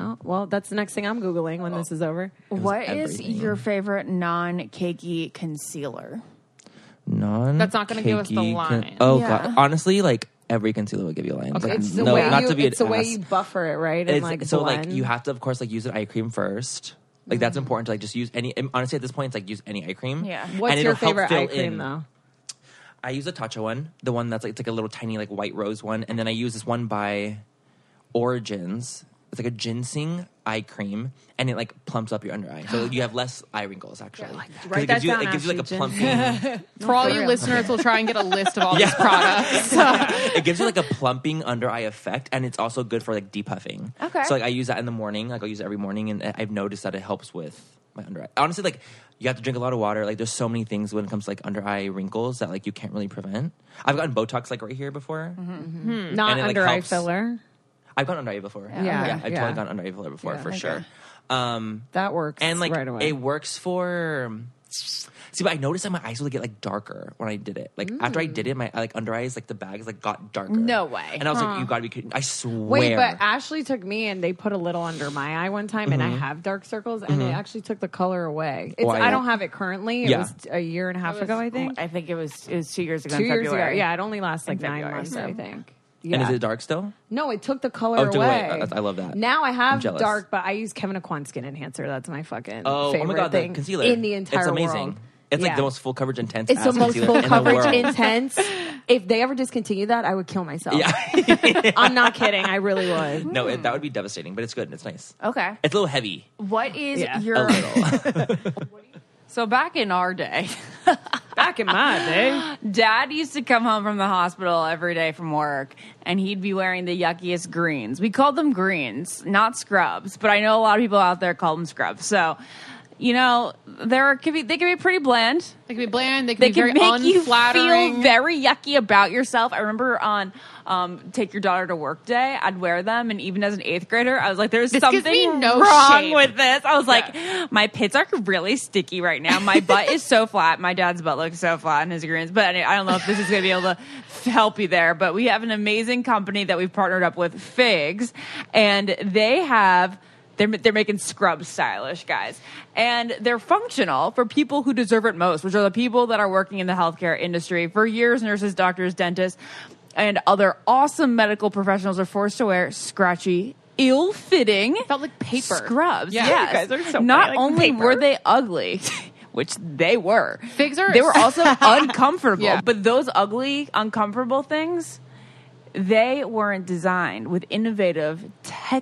Oh, well, that's the next thing I'm Googling when this is over. What is everything. your favorite non-cakey concealer? non. That's not gonna give us the cakey con- line. oh Yeah. god, honestly, like every concealer will give you a line. Okay, Like, it's the no, way not you, to be it's the an way ass. you buffer it, right? It's- so like you have to of course like use an eye cream first. Like that's important to like just use any. and Honestly, at this point, it's like use any eye cream. Yeah. And What's it'll your help favorite fill eye cream in. though? I use a Tatcha one, the one that's like it's like a little tiny like white rose one, and then I use this one by Origins. It's like a ginseng eye cream, and it like plumps up your under eye, so you have less eye wrinkles actually. 'Cause Write it gives that you, down, It gives you like a Ashley, plumping. For all you listeners, we'll try and get a list of all these Yeah. products. it gives you like a plumping under eye effect, and it's also good for like depuffing. Okay. So like I use that in the morning. Like I'll use it every morning, and I've noticed that it helps with my under eye. Honestly, like you have to drink a lot of water. Like there's so many things when it comes to like under eye wrinkles that like you can't really prevent. I've gotten Botox like right here before. Not and it, like, under eye helps. filler. I've gone under eye before. Yeah, I've yeah. totally gone under eye filler before for sure. That works. And like right away. it works for. See, but I noticed that my eyes would get like darker when I did it. Like after I did it, my like under eyes, like the bags, like got darker. No way. And I was like, you gotta be kidding! I swear. Wait, but Ashley took me and they put a little under my eye one time, and I have dark circles, and they actually took the color away. It's, Mm-hmm. Why? I don't have it currently. It Yeah. was a year and a half ago, I think. I think it was it was two years ago. Two in years ago. February. Yeah, it only lasts like nine February, months, so. I think. and Yeah. is it dark still? no, it took the color Oh, it away. took away. I- I love that. Now I I'm have jealous. dark, but I use Kevin Aquan skin enhancer. That's my fucking Oh, oh favorite my god, thing the concealer in the entire It's amazing. world. It's like Yeah. the most full coverage intense. It's the ass most concealer full in the coverage world. intense. If they ever discontinue that, I would kill myself. Yeah, I'm not kidding. I really would. no, it, that would be devastating, but it's good and it's nice. Okay. It's a little heavy. What is Yeah. A your little. so back in our day? Back in my day. Dad used to come home from the hospital every day from work, and he'd be wearing the yuckiest greens. We called them greens, not scrubs, but I know a lot of people out there call them scrubs. So, you know, there could be they can be pretty bland. They can be bland. They can They be can very make you feel unflattering. very yucky about yourself. I remember on um, Take Your Daughter to Work Day, I'd wear them, and even as an eighth grader, I was like, "There's This gives me something no wrong shape. with this." I was like, "My pits are really sticky right now. My butt is so flat. My dad's butt looks so flat in his greens." But anyway, I don't know if this is going to be able to f- help you there. But we have an amazing company that we've partnered up with, Figs, and they have. They're, they're making scrubs stylish, guys. And they're functional for people who deserve it most, which are the people that are working in the healthcare industry. For years, nurses, doctors, dentists, and other awesome medical professionals are forced to wear scratchy, ill fitting. Felt like paper. Scrubs. Yeah. Yes. You guys are so Not funny, like only paper. were they ugly. Which they were. Figs are- They were also uncomfortable. Yeah. But those ugly, uncomfortable things, they weren't designed with innovative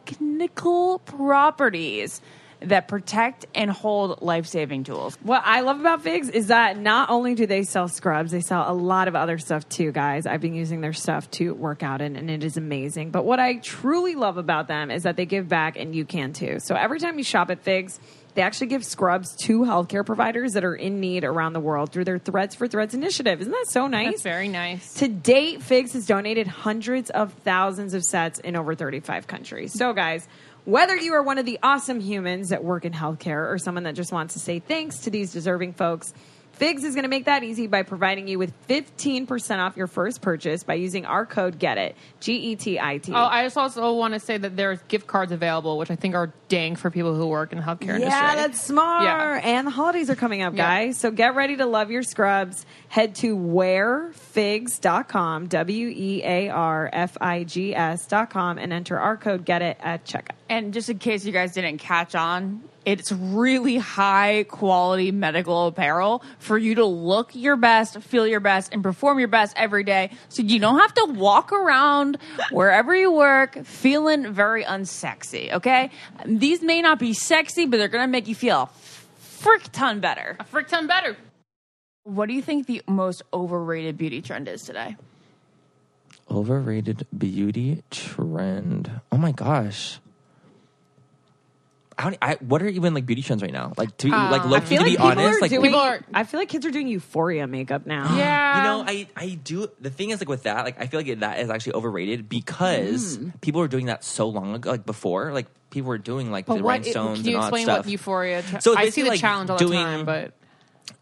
technical properties that protect and hold life saving tools. What I love about Figs is that not only do they sell scrubs, they sell a lot of other stuff too, guys. I've been using their stuff to work out in, and it is amazing. But what I truly love about them is that they give back, and you can too. So every time you shop at Figs, they actually give scrubs to healthcare providers that are in need around the world through their Threads for Threads initiative. Isn't that so nice? That's very nice. To date, Figs has donated hundreds of thousands of sets in over 35 countries. So, guys, whether you are one of the awesome humans that work in healthcare or someone that just wants to say thanks to these deserving folks, Figs is going to make that easy by providing you with 15% off your first purchase by using our code GET IT, G E T I T. Oh, I just also want to say that there's gift cards available, which I think are dang for people who work in the healthcare industry. Yeah, that's smart. Yeah. And the holidays are coming up, Yeah. guys. So get ready to love your scrubs. Head to wearfigs.com, W E A R F I G S.com, and enter our code get it at checkout. And just in case you guys didn't catch on, it's really high quality medical apparel for you to look your best, feel your best, and perform your best every day. So you don't have to walk around wherever you work feeling very unsexy, okay? These may not be sexy, but they're gonna make you feel a frick ton better. a frick ton better. What do you think the most overrated beauty trend is today? Overrated beauty trend. Oh my gosh. I don't, e, I, what are even like beauty trends right now? Like to be Um, like low, to be honest, like people are- I feel like kids are doing euphoria makeup now. Yeah. You know, I I do the thing is like with that, like I feel like that is actually overrated because Mm. people were doing that so long ago, like before, like people were doing like But the what? rhinestones can you and all that explain stuff. what euphoria? Tra- So I basically, see the like, challenge all the doing- time, but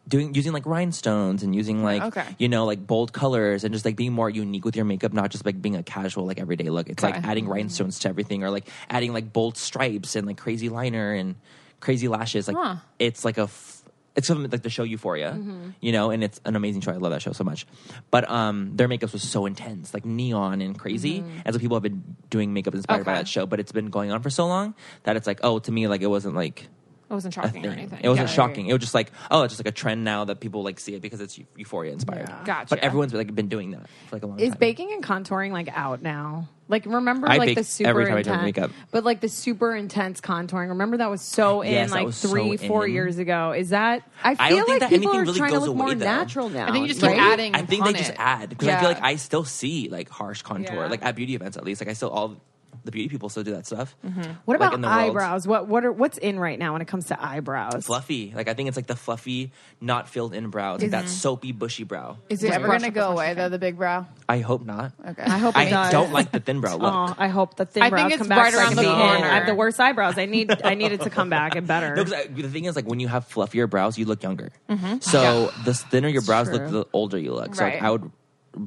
doing using like rhinestones and using like Okay. you know like bold colors and just like being more unique with your makeup, not just like being a casual like everyday look. It's like Okay. adding rhinestones to everything or like adding like bold stripes and like crazy liner and crazy lashes. Like it's like a f- it's something like the show Euphoria, Mm-hmm. you know, and it's an amazing show. I love that show so much. But um, their makeups was so intense, like neon and crazy. And so people have been doing makeup inspired by Mm-hmm. Okay. that show, but it's been going on for so long that it's like, oh, to me, like it wasn't like It wasn't a shocking or thing. anything. It wasn't Yeah. shocking. It was just like, oh, it's just like a trend now that people like see it because it's eu- Euphoria inspired. Gotcha. But everyone's like been doing that for like a long Is time. baking and contouring like out now? Like remember I like bake the super every time I turn intense, makeup. but like the super intense contouring. Remember that was so in Yes, that like was so three, four in. years ago. Is that I feel I don't like think that people anything are really trying goes to look more away, though. natural now. think you just keep right? adding- thing I think they upon just it. add because I Yeah. feel like I still see like harsh contour, Yeah. like at beauty events at least. Like I still all the beauty people still do that stuff. Mm-hmm. What Like, about in the world. eyebrows? What what are what's in right now when it comes to eyebrows? Fluffy, like I think it's like the fluffy, not filled in brow, it's like that soapy, bushy brow. Is it ever going to go away though? The big brow. I hope not. Okay, I hope it I does. don't like the thin brow look. Oh, I hope the thin I think brows it's come back. right so I around can the be in. corner. I have the worst eyebrows. I need I need it to come back and better. No, because the thing is, like, when you have fluffier brows, you look younger. So the thinner your brows look, the older you look. So like, Right. I would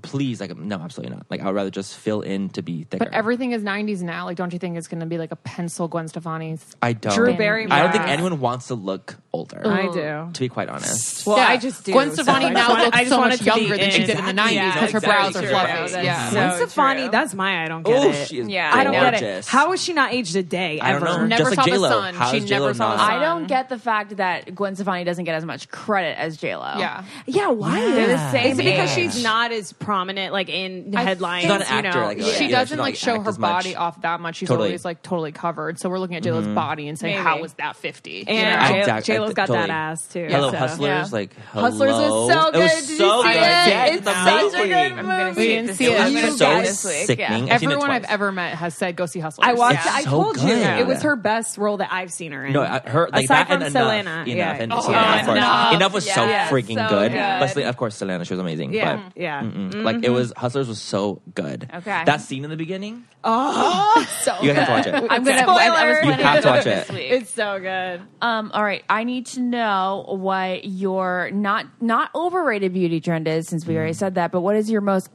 please, like, no, absolutely not. Like, I would rather just fill in to be thicker. But everything is 90s now. Like, don't you think it's going to be like a pencil Gwen Stefani? I don't. Drew Barrymore. I don't think anyone wants to look older. I do. To be quite honest. Well, Yeah. I just do. Gwen so Stefani I just now want- looks I just so want much it to be younger than she did in the in. 90s because her Exactly. brows are True. fluffy. That's yeah. Gwen So Stefani, true. that's my I don't get Oh, it. she is Yeah. gorgeous. I don't get it. How is she not aged a day I don't ever? know. Never just saw like the J-Lo. sun. How She is J-Lo never saw the not- sun. I don't get the fact that Gwen Stefani doesn't get as much credit as J Lo. Yeah. yeah. Why they're the same? Is it because age. she's not as prominent, like in I headlines? think- She's not an you actor, know, like, yeah. Yeah, She she doesn't doesn't like show act her as much. body off that much. She's Totally. Mm-hmm. always like totally covered. So we're looking at J-Lo's body and saying, Maybe. "How is that 50? And I J- doubt- I J-Lo's got totally- that ass too. Hello, So- Hustlers. Like, hello. Hustlers was so It was good. Did you so see good. it? Yes, It's such a amazing. good movie. We didn't see it. It I'm gonna was so this week. sickening. I've seen it Everyone I've twice. ever met has said, "Go see Hustlers." I watched. Yeah. I So told you good. it was her best role that I've seen her in. No, I- her like aside that from and Selena, enough, enough, yeah. and Oh, Selena, of course. Enough. enough was so Yes, freaking so good. good. But Selena, of course, Selena, she was amazing. Yeah, but, yeah. mm-mm. like it was Hustlers was so good. Okay. that scene in the beginning, Oh, Oh, So you guys have to watch it. I'm gonna. I was Spoiler. planning You have to on watch doing it. this week. It's so good. Um, all right, I need to know what your not not overrated beauty trend is, since we already Mm. said that. But what is your most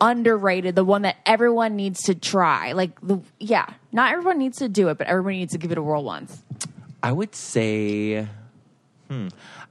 underrated, the one that everyone needs to try? Like, the, yeah, not everyone needs to do it, but everyone needs to give it a whirl once. I would say, hmm,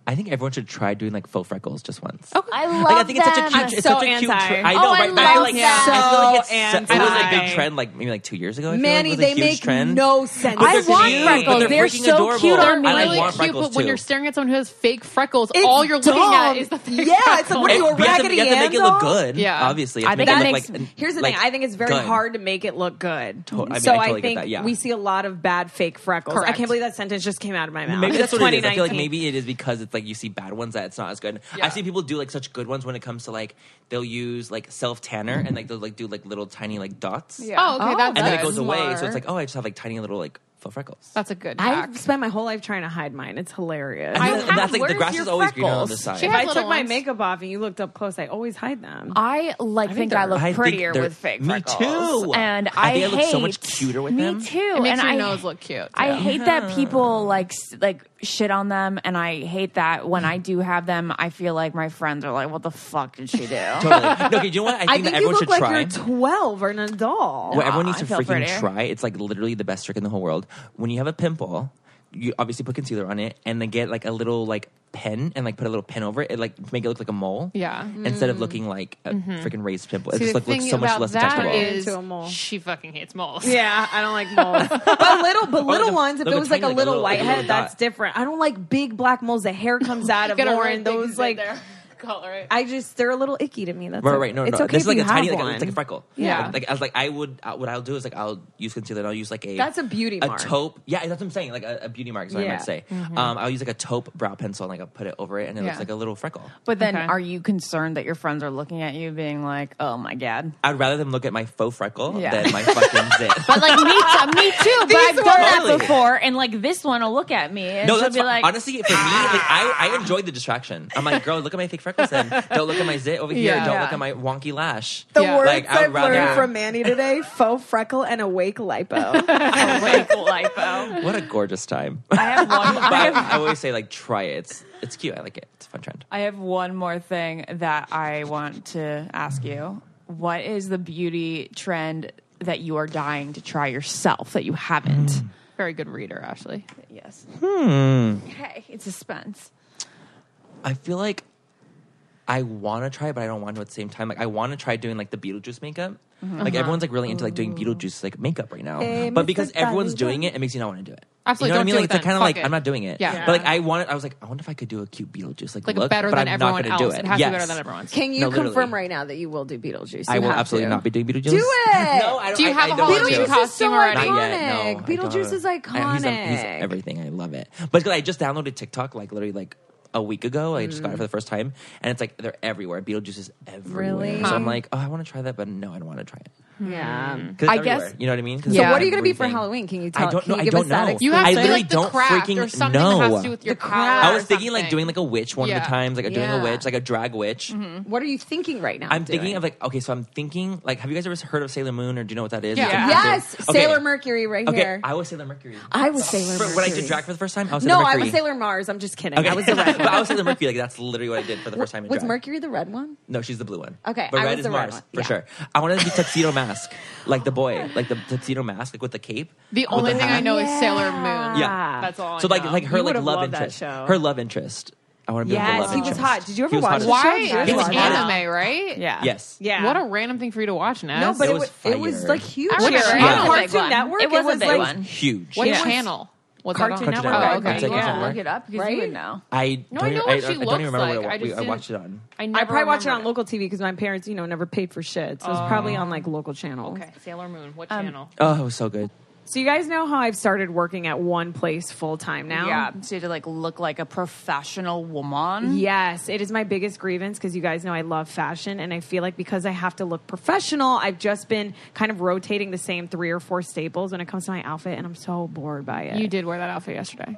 I think everyone should try doing like faux freckles just once. Okay. I love Like I think it's such a them. cute, it's such a cute. anti. Tre- I Oh, know, I right? but I feel love like, I them. feel like it's, So it was like anti. big trend, like maybe like two years ago. I feel Manny, like, it was a they huge make trend. no sense. But I they're want cute, freckles. But they're, They're freaking so adorable. cute. They're They're I like really want cute, freckles but when too. you're staring at someone who has fake freckles, all you're looking at is the fake yeah. freckles. It's like what are you you a have to, raggedy you have to make it look good. Yeah. obviously. You have I to make think that it look makes- like- Here's the like thing. I think it's very good. hard to make it look good. I mean, so I I, totally get think that, yeah. we see a lot of bad fake freckles. I Correct. can't believe that sentence just came out of my mouth. Maybe that's It's what it is. I feel like 2019. maybe it is because it's like you see bad ones that it's not as good. I've seen people do like such good ones when it comes to like they'll use like self tanner and like they'll like do like little tiny like dots. Yeah. Oh, okay, that's And then good. it goes away. So it's like, oh, I just have like tiny little like faux freckles. That's a good hack. I've spent my whole life trying to hide mine. It's hilarious. And I, then- have- that's like the where's grass your is always greener on freckles? this side. She if has I took little my ones. makeup off and you looked up close, I always hide them. I like think, I look I think prettier they're- with fake Me freckles. too. and I, I think I look so much hate- cuter with me them. too. It makes and your I, nose look cute. I yeah. hate that people like s- like shit on them, and I hate that when I do have them, I feel like my friends are like, "What the fuck did she do?" totally. No, okay, do you know what? I think, I think that you everyone look should like try. you're 12 or an adult. Well, everyone needs I to feel freaking prettier. try. It's like literally the best trick in the whole world. When you have a pimple, you obviously put concealer on it and then get like a little like pen and like put a little pin over it and like make it look like a mole. Yeah. Instead Mm. of looking like a Mm-hmm. freaking raised pimple. It See, just the like, looks thing so much about less that detectable. is Into a mole. she fucking hates moles. Yeah, I don't like moles. but little, but like little a- ones. If like it a was like a tiny, like a little Oh, little- like a white little head, that's dot. different. I don't like big black moles. The hair comes out of Gotta more, run and those things like in there. Color it. I just they're a little icky to me. That's Right, all. right. No, it's no. okay this is if like you a tiny, have like a, it's like a one. freckul. Yeah. Like, I was like, I would, uh, what I'll do is like, I'll use concealer and I'll use like a. That's a beauty mark. A taupe. Yeah, that's what I'm saying. Like a, a beauty mark is what I Yeah. Mm-hmm. meant to say. Um, I'll use like a taupe brow pencil and like I'll put it over it and it Yeah. looks like a little freckle. But then, Okay. are you concerned that your friends are looking at you, being like, "Oh my god"? I'd rather them look at my faux freckle Yeah. than my fucking zit. But like me, too, me too. But I've done that Totally. before, and like this one will look at me and No, she'll that's be fi- like, "Ah." honestly for me. Like, I, I enjoyed the distraction. I'm like, girl, look at my fake freckles. Then don't look at my zit over here. Yeah. Don't Yeah. look at my wonky lash. The Yeah. words Like, I I've would rather- learned from Manny today: faux freckle and awake lipo. "Awake, lipo." What a gorgeous time. I have one. But I have I always say like, try it. It's it's cute. I like it. It's a fun trend. I have one more thing that I want to ask you. What is the beauty trend that you are dying to try yourself that you Mm. haven't? Very good reader, Ashley. Yes. Hey, it's suspense. I feel like I want to try, but I don't want to at the same time. Like I want to try doing like the Beetlejuice makeup. Mm-hmm. Like everyone's like really into like doing Beetlejuice like makeup right now, but because everyone's doing it, it makes you not want to do it. Absolutely, you know what I don't mean? do like it it's then. kind of like Fuck it. I'm not doing it. Yeah. Yeah. but like I wanted, I was like, I wonder if I could do a cute Beetlejuice like, Like look, better but than I'm everyone not gonna else. Do it. It has yes. to be better than everyone's. Can you No, literally. confirm right now that you will do Beetlejuice? I You will have absolutely to. not be doing Beetlejuice. Do it. No, I don't. Do you I- have I a don't want Halloween to. Beetlejuice is so costume already? Not yet, no, I iconic. Beetlejuice don't. is I- he's, a- he's iconic. everything. I love it. But 'cause I just downloaded TikTok like literally like a week ago. I just got it for the first time, and it's like they're everywhere. Beetlejuice is everywhere. Really? So I'm like, oh, I want to try that, but no, I don't want to try it. Yeah. 'Cause it's I everywhere, guess- you know what I mean. 'Cause So Yeah. what are you going to be for everything. Halloween? Can you tell? I don't can know. you I give don't us that know. You have to I do literally like the don't craft freaking or something that has to do know. with your The craft. craft. I or was thinking like something. doing like a witch one of Yeah. the times, like a doing Yeah. Mm-hmm. a witch, like a drag witch. What are you thinking right now? I'm thinking doing? of like okay, so I'm thinking like, have you guys ever heard of Sailor Moon or do you know what that is? Yeah. It's like- Yes, Okay. Sailor Mercury right Okay, here. I was Sailor Mercury. I was Sailor For- Mercury. when I did drag for the first time, I was Sailor No, I Mercury. was Sailor Mars. I'm just kidding. Okay, I was the red but one. I was Sailor Mercury. Like that's literally what I did for the first time. In was drag. Mercury the red one? No, she's the blue one. Okay, but I red was is the red Mars one, for yeah. sure. I wanted to be tuxedo mask, like the boy, like the tuxedo mask, like with the cape. The with only thing I hat. know is Sailor Moon. Ah. Yeah. that's all. I So like know. like her You like would've love loved that interest. show. Her love interest. I want to be like, Yes, the love he was interest. hot. Did you ever He was watch hot the as show? why? He It was was hot. anime, right? Yeah. Yes. Yeah. What a random thing for you. No, but no, but It it was was, it was fire. like huge. I remember on it. It was a big Cartoon one. Network. It was a big like, one. Huge. What Yes. channel? What's Cartoon that on? Network. Oh, Cartoon okay. Network. Yeah. Cartoon Network. Look it up because Right? you would know. I don't, No, I know what she I don't looks even remember like. what I it, just I, I didn't- watched it on. I never I probably watched it on remembered local TV because my parents, you know, never paid for shit. So it was probably on like local channel. Okay, Sailor Moon. What channel? Oh, it was so good. So you guys know how I've started working at one place full time now? Yeah, so you had to like look like a professional woman. Yes, it is my biggest grievance because you guys know I love fashion, and I feel like because I have to look professional, I've just been kind of rotating the same three or four staples when it comes to my outfit, and I'm so bored by it. You did wear that outfit yesterday.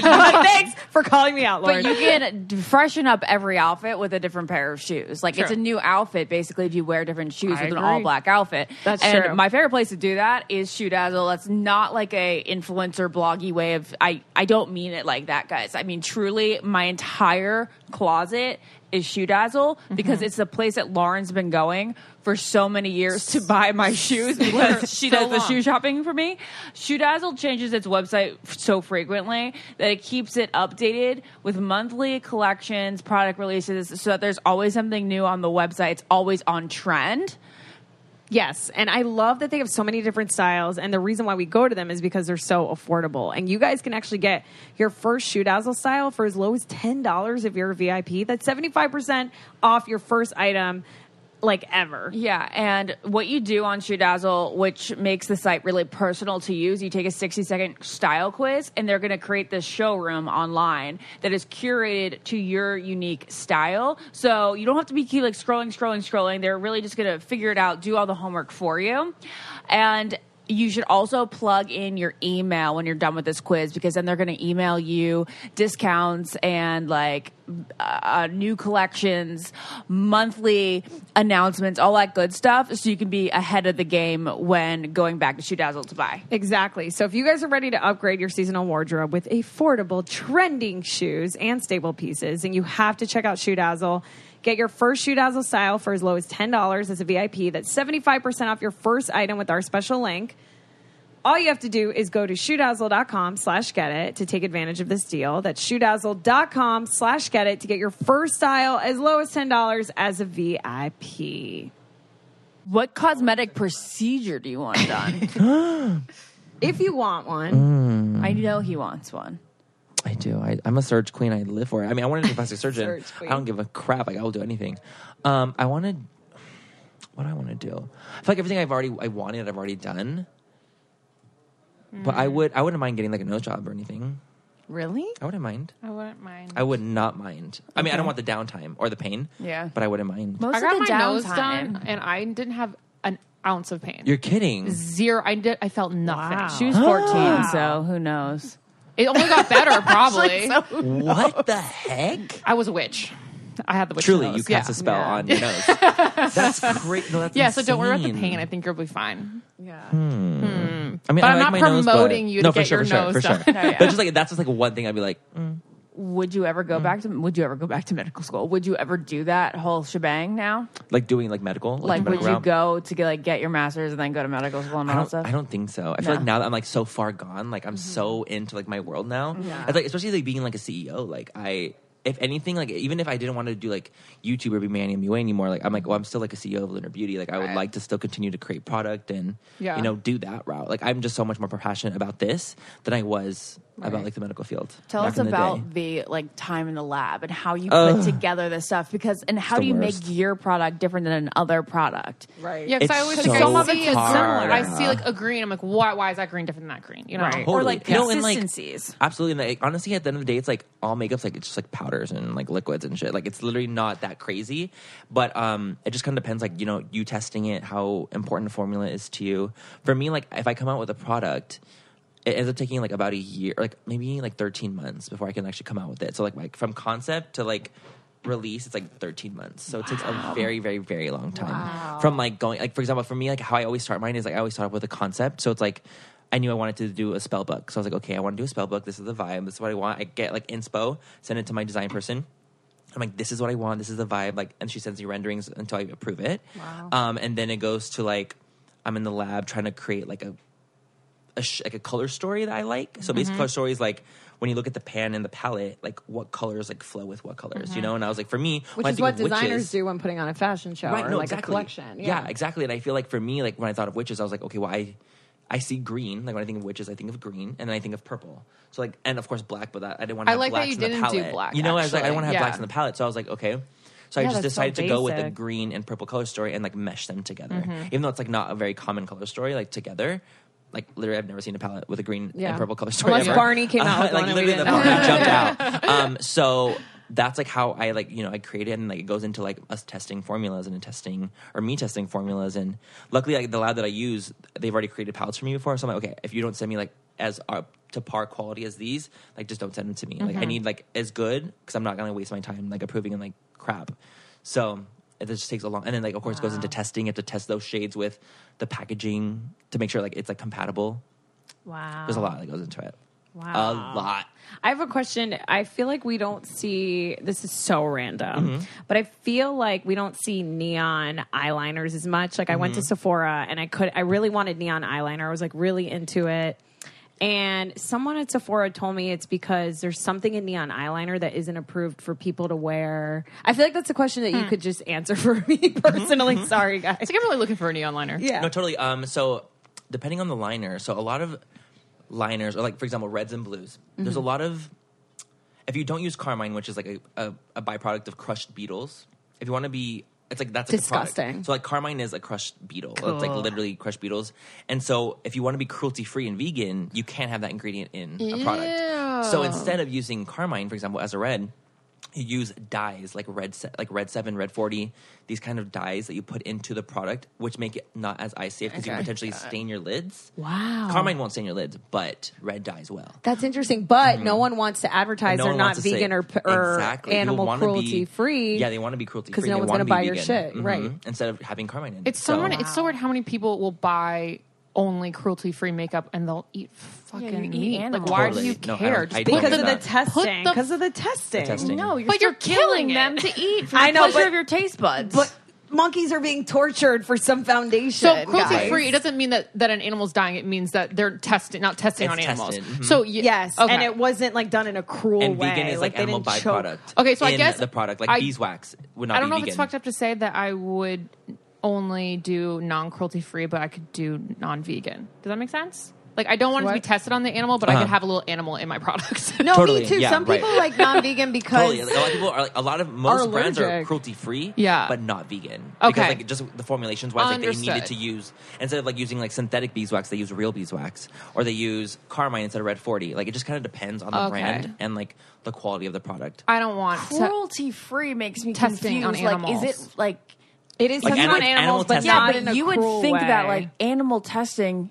Thanks for calling me out, Lord. But you can d- freshen up every outfit with a different pair of shoes. Like it's a new outfit basically if you wear different shoes I with an agree. all black outfit. That's and true. my favorite place to do that is Shoe Dazzle. That's not like a influencer bloggy way of I I don't mean it like that, guys. I mean truly my entire closet is Shoe Dazzle Mm-hmm. because it's the place that Lauren's been going for so many years to buy my shoes because she does the long. shoe shopping for me. Shoe Dazzle changes its website f- so frequently that it keeps it updated with monthly collections, product releases, so that there's always something new on the website. It's always on trend. Yes, and I love that they have so many different styles, and the reason why we go to them is because they're so affordable. And you guys can actually get your first shoe dazzle style for as low as ten dollars if you're a VIP. That's seventy five percent off your first item, like ever. Yeah, and what you do on Shoe Dazzle, which makes the site really personal to you, is you take a 60 second style quiz, and they're going to create this showroom online that is curated to your unique style. So you don't have to be keep, like scrolling, scrolling, scrolling. They're really just going to figure it out, do all the homework for you, and. You should also plug in your email when you're done with this quiz because then they're going to email you discounts and like uh, new collections, monthly announcements, all that good stuff, so you can be ahead of the game when going back to Shoe Dazzle to buy. Exactly. So if you guys are ready to upgrade your seasonal wardrobe with affordable, trending shoes and stable pieces, then you have to check out Shoe Dazzle. Get your first Shoe Dazzle style for as low as $10 as a VIP. That's 75% off your first item with our special link. All you have to do is go to shoedazzle.com slash get it to take advantage of this deal. That's shoedazzle.com slash get it to get your first style as low as $10 as a VIP. What cosmetic procedure do you want done? If you want one. I know he wants one. I do. I, I'm a surge queen. I live for it. I mean, I want to be a plastic surgeon. Surge I queen. don't give a crap. Like, I'll do anything. Um, I want to. What do I want to do? I feel like everything I've already I wanted, I've already done. Mm. But I would. I wouldn't mind getting like a nose job or anything. Really? I wouldn't mind. I wouldn't mind. I would not mind. I mean, I don't want the downtime or the pain. Yeah. But I wouldn't mind. Most I got of my the nose downtime- done, and I didn't have an ounce of pain. You're kidding. Zero. I did. I felt nothing. She was 14, so who knows? It only got better, probably. What the heck? I was a witch. I had the witch. Truly, nose. you cast yeah. a spell Yeah. on your nose. that's great. No, that's Yeah, so don't worry about the insane. pain. I think you'll be fine. I mean, But I I'm like not my nose, but- promoting you to no, for get sure, your for sure, nose for done. sure. But just like that's just like one thing I'd be like, mm, Would you ever go back to Would you ever go back to medical school? Would you ever do that whole shebang now? like doing like medical, Like, medical would you route. go to get like get your master's and then go to medical school and I all that don't, stuff? I don't think so. I feel like now that I'm like so far gone, E like I'm so into like my world now. It's like especially like being like a CEO, like I if anything, like even if I didn't want to do like YouTube or be Manny MUA anymore, like I'm like, well, I'm still like a CEO of Lunar Beauty. Like I would Right. like to still continue to create product and Yeah. you know do that route. Like I'm just so much more passionate about this than I was about Right. like the medical field. Tell back us in the day. about the, like time in the lab and how you Ugh. put together this stuff because and how the do you worst. make your product different than another product? Right. Yeah, because It's I always so think I see, hard. I see like a green. I'm like, why? Why is that green different than that green? You know, Right. Totally. Or like No, and, like, consistencies. Absolutely. And like, honestly, at the end of the day, it's like all makeup's like it's just like powders and like liquids and shit. Like it's literally not that crazy. But um it just kind of depends like, you know, you testing it, how important the formula is to you. For me, like if I come out with a product, it ends up taking like about a year, like maybe like 13 months before I can actually come out with it. So like, like from concept to like release it's like 13 months so it takes a very very very long time from like going like for example for me like how i always start mine is like i always start off with a concept so it's like i knew i wanted to do a spell book so i was like okay i want to do a spell book this is the vibe this is what i want i get like inspo send it to my design person I'm like, this is what I want. This is the vibe. Like, and she sends me renderings until I approve it. Um, and then it goes to like, I'm in the lab trying to create like a, a sh- like a color story that I like. So Mm-hmm. basically, color story is like when you look at the pan and the palette, like what colors like flow with what colors, you know. And I was like, for me, Mm-hmm. Which when I is think what of witches- designers do when putting on a fashion show or like a collection. yeah. exactly. And I feel like for me, like when I thought of witches, I was like, okay, well, I, I see green. Like when I think of witches, I think of green, and then I think of purple. So like, and of course black, but that, I didn't want I to. have like that blacks you in the didn't do palette. black, You know, I was like, actually. I don't want to have Yeah. blacks in the palette. So I was like, okay. So I Yeah, just that's so decided to go with the basic. green and purple color story and like mesh them together, Mm-hmm. even though it's like not a very common color story. Like together. Like literally, I've never seen a palette with a green Yeah. and purple color story. Unless ever. Barney came out with like one and we literally, the didn't know. Barney jumped out. Um, so that's like how I like you know I created and like it goes into like us testing formulas and testing or me testing formulas and luckily like the lab that I use they've already created palettes for me before so I'm like okay if you don't send me like as up to par quality as these like just don't send them to me like I Mm-hmm. need like as good because I'm not gonna waste my time like approving and like crap so it just takes a long and then like of course it goes into testing you have to test those shades with the packaging to make sure like it's like compatible Wow. there's a lot that goes into it a Wow. lot I have a question. I feel like we don't see this is so random, Mm-hmm. but I feel like we don't see neon eyeliners as much. Like I went Mm-hmm. to Sephora and I could I really wanted neon eyeliner. I was like really into it. And someone at Sephora told me it's because there's something in neon eyeliner that isn't approved for people to wear. I feel like that's a question Hmm. that you could just answer for me personally. Mm-hmm. Sorry, guys. It's like I'm really looking for a neon liner. yeah. No, totally. Um, so depending on the liner, so a lot of liners, or like for example, reds and blues. There's Mm-hmm. a lot of if you don't use carmine, which is like a, a, a byproduct of crushed beetles. If you want to be, it's like that's like A Disgusting. product. So like carmine is a crushed beetle. It's like literally crushed beetles. And so if you want to be cruelty free and vegan, you can't have that ingredient in a product. So instead of using carmine, for example, as a red, you use dyes like red se- like red 7 red 40 these kind of dyes that you put into the product which make it not as eye safe because you can potentially stain your lids wow carmine won't stain your lids but red dyes will That's interesting, but no one wants to advertise Mm-hmm. And no they're one not wants to say- vegan or, p- or Exactly. You animal wanna be- cruelty free. yeah they want to be cruelty free 'Cause no They one's gonna wanna be buy your vegan. shit, Mhm. right. instead of having carmine in it It's so, weird. It's so weird how many people will buy only cruelty free makeup and they'll eat fucking you eat meat. animals. Like, why Totally. do you No, I care? don't- I Just put don't because do of the that. testing. Put the- Because of the testing. testing. No, you're But still you're killing killing them it. to eat for the I know, pleasure but- of your taste buds. But monkeys are being tortured for some foundation. So cruelty guys. free, it doesn't mean that, that an animal's dying. It means that they're testing, not testing It's on animals. tested, mhm. So y- Yes, okay. And it wasn't like done in a cruel and way. vegan is like, they animal didn't choke. byproduct Okay, so I in guess the product like I- beeswax would not I don't be know vegan if it's fucked up to say that I would only do non cruelty free, but I could do non vegan. Does that make sense? Like I don't want it to be What? tested on the animal, but I Uh-huh. could have a little animal in my products. no, Totally, me too. yeah, some right. people like non-vegan because Totally. Like, a lot of people are like a lot of most brands are allergic. cruelty free, Yeah. but not vegan. Okay. because like just the formulations wise, like they needed Understood. to use instead of like using like synthetic beeswax, they use real beeswax, or they use carmine instead of red forty. Like it just kind of depends on the Okay. brand and like the quality of the product. I don't want to. cruelty free makes me Testing confused. on like, is animals. it like? It is Like tested on animal- animals, animal but testing. not Yeah, in But a you would cruel think that way. like animal testing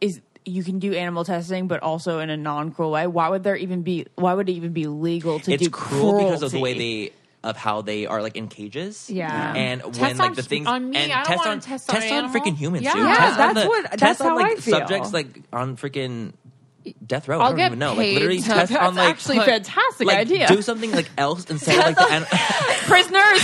is you can do animal testing, but also in a non cruel way. Why would there even be? Why would it even be legal to it's do cruel cruelty? because of the way they of how they are like in cages. Yeah. and when Test like on- the things on me, and I don't test wanna on test on an animal. freaking humans. Yeah. dude. Yeah, test on that's the, what- that's test how on like I feel. subjects like on freaking death row. I'll I don't get even know. Like paid literally to- test That's on like actually put- fantastic like idea. do something like else instead of like the animal. Prisoners,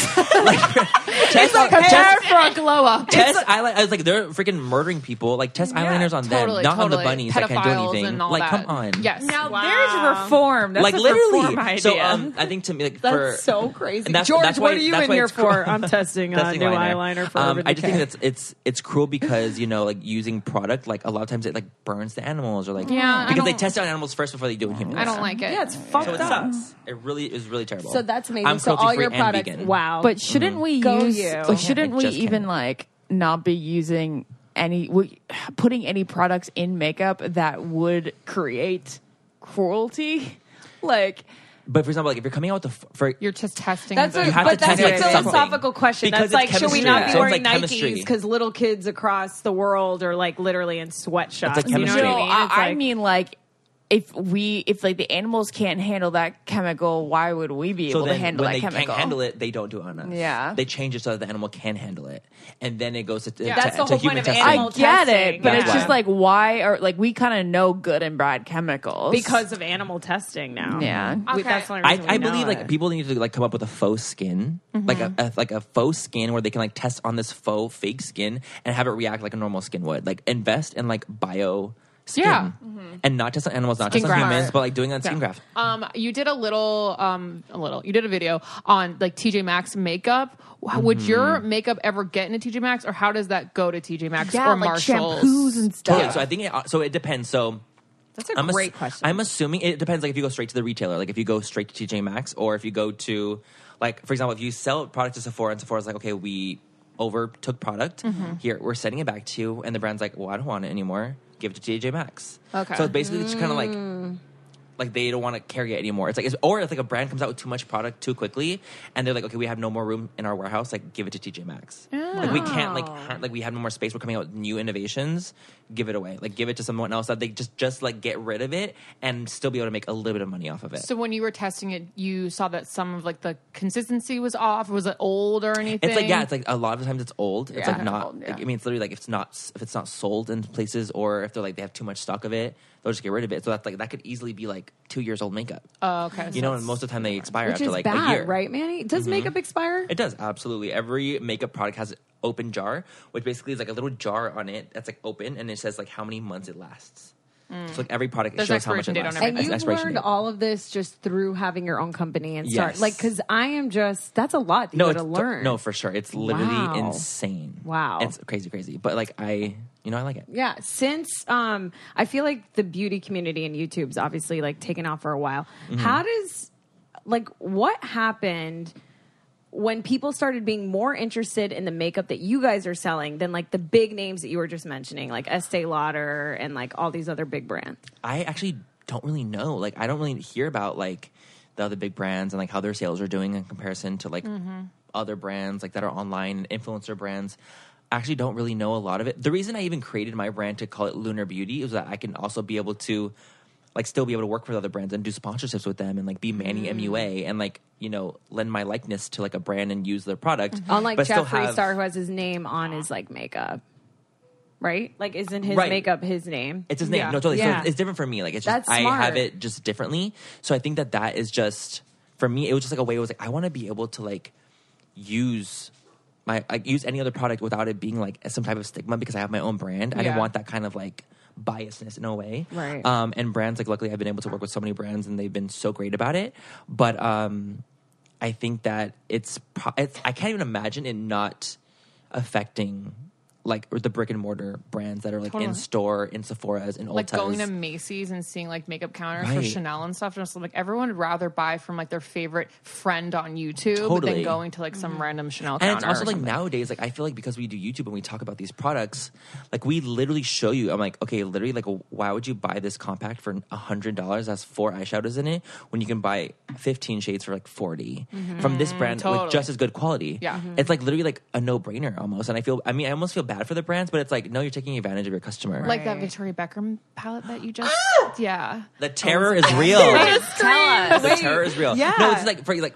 Tess, Prepare Tess, for a glow up. Tess eyeliner. I was like, they're freaking murdering people. Like Tess eyeliners on them, Totally, not on the totally. bunnies that can't do Pedophiles anything. and all Like, that. come on. Yes. Now there's reform. That's like a literally. reform idea. So um, I think to me, like for That's so crazy. and that's, George, that's what why- are you that's in why here it's cruel. for? I'm testing uh, Testing new eyeliner for over Um, the I just think K. that's it's it's cruel because you know like using product like a lot of times it like burns the animals or like Yeah, I because they don't- test it on animals first before they do it in humans. I don't like it. yeah, it's fucked So it up. sucks. It really is really terrible. So that's amazing. I'm so all cruelty-free your and products. vegan. Wow. But shouldn't we Go use? you. Like, shouldn't It we just even can't. like not be using any we- putting any products in makeup that would create cruelty? Like But for example, like if you're coming out with the f- for You're just testing. That's the- a, You have but to test, that's a like, something. philosophical question. Because that's like, it's should we chemistry. not be So it's like wearing Nikes chemistry. because little kids across the world are like literally in sweatshops? That's like you know what chemistry. No, I mean? I, It's I like- mean like if we if like the animals can't handle that chemical, why would we be so able then to handle when that they chemical? can't handle it, they don't do it on us. Yeah. they change it so that the animal can handle it, and then it goes to, to, That's to, the whole human point of testing. I animal get testing. it, but Yeah. it's just Wow. like why are like we kind of know good and bad chemicals because of animal testing now. Yeah. We- that's the only I, reason we I know believe like it. Mm-hmm. people need to like come up with a faux skin, like a, a like a faux skin where they can like test on this faux fake skin and have it react like a normal skin would. Like invest in like bio skin Yeah. and not just on animals, not Skin just on graft. humans, but like doing it on skin graft. Um, you did a little, um, a little. You did a video on like TJ Maxx makeup. Wh- Mm-hmm. Would your makeup ever get into TJ Maxx, or how does that go to TJ Maxx yeah, or like Marshalls? shampoos and stuff. Totally. So I think it, uh, so. It depends. So. That's a I'm ass- great question. I'm assuming it depends. Like if you go straight to the retailer, like if you go straight to TJ Maxx, or if you go to, like for example, if you sell product to Sephora and Sephora's like, okay, we overtook product Mm-hmm. here, we're sending it back to you, and the brand's like, well, I don't want it anymore. Give it to TJ Maxx. Okay. So basically, it's kind of like like they don't want to carry it anymore. It's like, it's, or if like a brand comes out with too much product too quickly, and they're like, okay, we have no more room in our warehouse. Like, give it to TJ Maxx. Like we can't like ha- like we have no more space. We're coming out with new innovations. Give it away. Like give it to someone else that they just just like get rid of it and still be able to make a little bit of money off of it. So when you were testing it, you saw that some of like the consistency was off. Was it old or anything? It's like yeah, it's like a lot of the times it's old. It's like Yeah. not. Old, like, yeah. I mean, it's literally like if it's not if it's not sold in places or if they're like they have too much stock of it, they'll just get rid of it. So that's like that could easily be like two years old makeup. Oh, okay. you know, and most of the time they expire Which after is like a year, Mm-hmm. bad, right, Manny? Does makeup expire? It does absolutely. Every makeup product has an open jar, which basically is like a little jar on it that's like open, and it says like how many months it lasts. So like every product Mm. There's shows how much expiration date it on lasts. everything. And There's you've an expiration learned date. all of this just through having your own company and start Yes. like because I am just that's a lot that no, you got to it's t- learn. no, for sure. It's literally Wow. insane. Wow. it's crazy, crazy. But like I, you know, I like it. Yeah, since um, I feel like the beauty community and YouTube's obviously like taken off for a while. Mm-hmm. How does like what happened when people started being more interested in the makeup that you guys are selling than like the big names that you were just mentioning, like Estee Lauder and like all these other big brands? I actually don't really know. Like, I don't really hear about like the other big brands and like how their sales are doing in comparison to like Mm-hmm. other brands like that are online and influencer brands. I actually don't really know a lot of it. The reason I even created my brand to call it Lunar Beauty is that I can also be able to like still be able to work with other brands and do sponsorships with them and like be Mm. Manny MUA and like you know lend my likeness to like a brand and use their product. Mm-hmm. Unlike but still Jeffree have- Star, who has his name on his like makeup, right? Like, isn't his Right. makeup his name? It's his name. No, totally. Yeah. So it's different for me. Like it's That's just I smart. have it just differently. So I think that that is just for me. It was just like a way. It was like I want to be able to like use my like use any other product without it being like some type of stigma because I have my own brand. I didn't Yeah. want that kind of like biasness in a way. Right. Um, and brands like luckily I've been able to work with so many brands and they've been so great about it. But um, I think that it's, pro- it's I can't even imagine it not affecting like the brick and mortar brands that are like in store in Sephora's in Ulta's. like going to Macy's and seeing like makeup counters for Right. Chanel and stuff. And it's like everyone would rather buy from like their favorite friend on YouTube Totally. than going to like some random Chanel counter. and it's also or like something. nowadays, like I feel like because we do YouTube and we talk about these products, like we literally show you. I'm like, okay, literally, like why would you buy this compact for hundred dollars? That's four eyeshadows in it when you can buy fifteen shades for like 40 from this brand Mm-hmm. totally. with just as good quality. Yeah. Mhm. it's like literally like a no brainer almost. And I feel, I mean, I almost feel bad for the brands, but it's like no, you're taking advantage of your customer. Like that Victoria Beckham palette that you just, yeah. the terror is real. Tell us. the terror is real. Yeah. No, it's like for like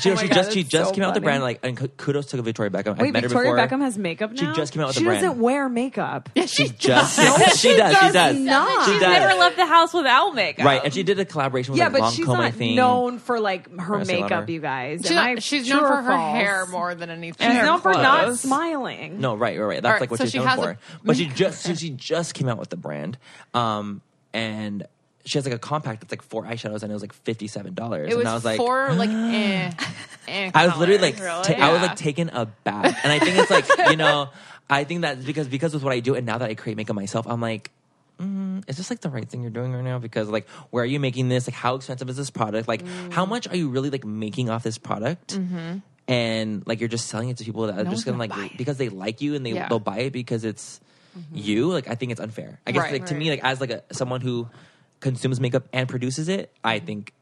She, Oh my she God, just she that's just so came out with the funny. brand like and k- kudos to Victoria Beckham. I Wait, met Victoria her before. Beckham has makeup now. She just came out with she a brand. doesn't wear makeup. she just she does she does not. she She's does Never left the house without makeup. right and she did a collaboration with yeah, like but Lancome she's I not think. known for like her Estee Lauder. makeup, you guys. She's, And I- not, she's known true for or her false? hair more than anything. She's her known for not clothes. smiling. No, right, right, right. That's All like right, what so she's she known has a- for. but she just so she just came out with the brand, um, and she has like a compact that's like four eyeshadows, and it was like fifty seven dollars. It And was, I was like, "Ah." four like eh, eh I was literally like, colors. ta- I was Yeah. like taken aback, and I think it's like you know, I think that's because because with what I do, and now that I create makeup myself, I'm like. Mm, is this like the right thing you're doing right now? Because like, where are you making this? Like, how expensive is this product? Like, how much are you really like making off this product? Mm-hmm. And like, you're just selling it to people that are just gonna like because they like you and they Yeah. Mm-hmm. they'll buy it because it's you. Like, I think it's unfair. I guess Right. like to me, like as like a someone who consumes makeup and produces it, I Mm-hmm. think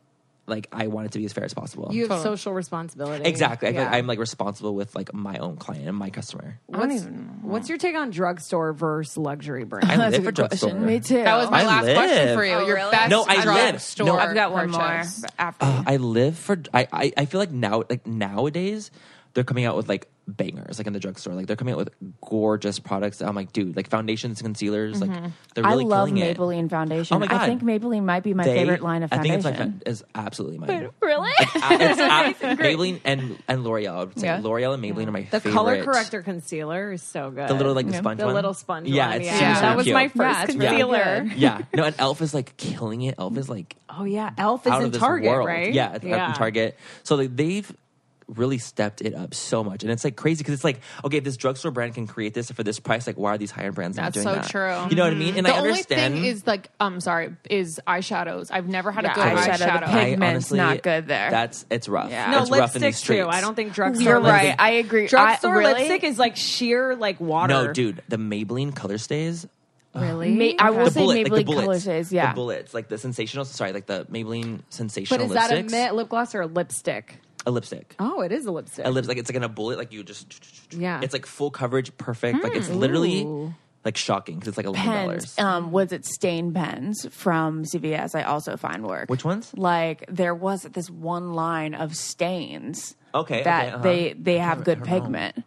like I want it to be as fair as possible. You have social responsibility. Exactly. I feel Yeah. like I'm like responsible with like my own client and my customer. What's, what's your take on drugstore versus luxury brands? I That's a live for good question. drugstore. Me too. That was my I last question live. for you. Oh, Your really? best No, I live. No, drugstore I've got one purchase. more after. Uh, I live for. I, I I feel like now like nowadays they're coming out with like bangers like in the drugstore like they're coming out with gorgeous products. I'm like, dude, like foundations, concealers, like they're really Mm-hmm. I love killing Maybelline it. foundation. Oh my God. I think Maybelline might be my They- favorite line of foundation. I think it's my fa- is absolutely mine. really? Like, it's ab- Maybelline and and L'Oreal. I would say Yeah. L'Oreal and Maybelline are my The favorite. color corrector concealer is so good. the little like the sponge the one. little sponge. Yeah, one. it's yeah. super, that super was cute. my first Yeah, it's really concealer. good. yeah, no, and Elf is like killing it. Elf is like Oh yeah, Elf is out in of this Target, world. right? Yeah, it's out in Target. So like, they've really stepped it up so much, and it's like crazy because it's like, okay, if this drugstore brand can create this for this price, like, why are these higher brands That's not so doing that? true. You know what I mean? And the I only understand. thing is like, um, sorry, is eyeshadows. I've never had a good eyeshadow, the eyeshadow. pink- Pigment's not good there. That's it's rough. Yeah. No, it's rough in lipstick these streets. too. I don't think drugstore. You're lipstick- right. I agree. Drugstore I, really? lipstick is like sheer like water. No, dude, the Maybelline color stays. really. Ma- I will The say bullet, like Maybelline the bullets, color shades. Yeah. the bullets, like the sensational. Sorry, like the Maybelline But sensational is that a lipsticks. mitt, lip gloss, or a lipstick? a lipstick. Oh, it is a lipstick. a lips like it's like in a bullet like you just Yeah. it's like full coverage perfect like it's literally like shocking because it's like eleven Hmm. pens. dollars Um, was it stain pens from CVS? I also find work. Which ones? Like there was this one line of stains. Okay, that okay, uh-huh. they they have good I don't know. pigment,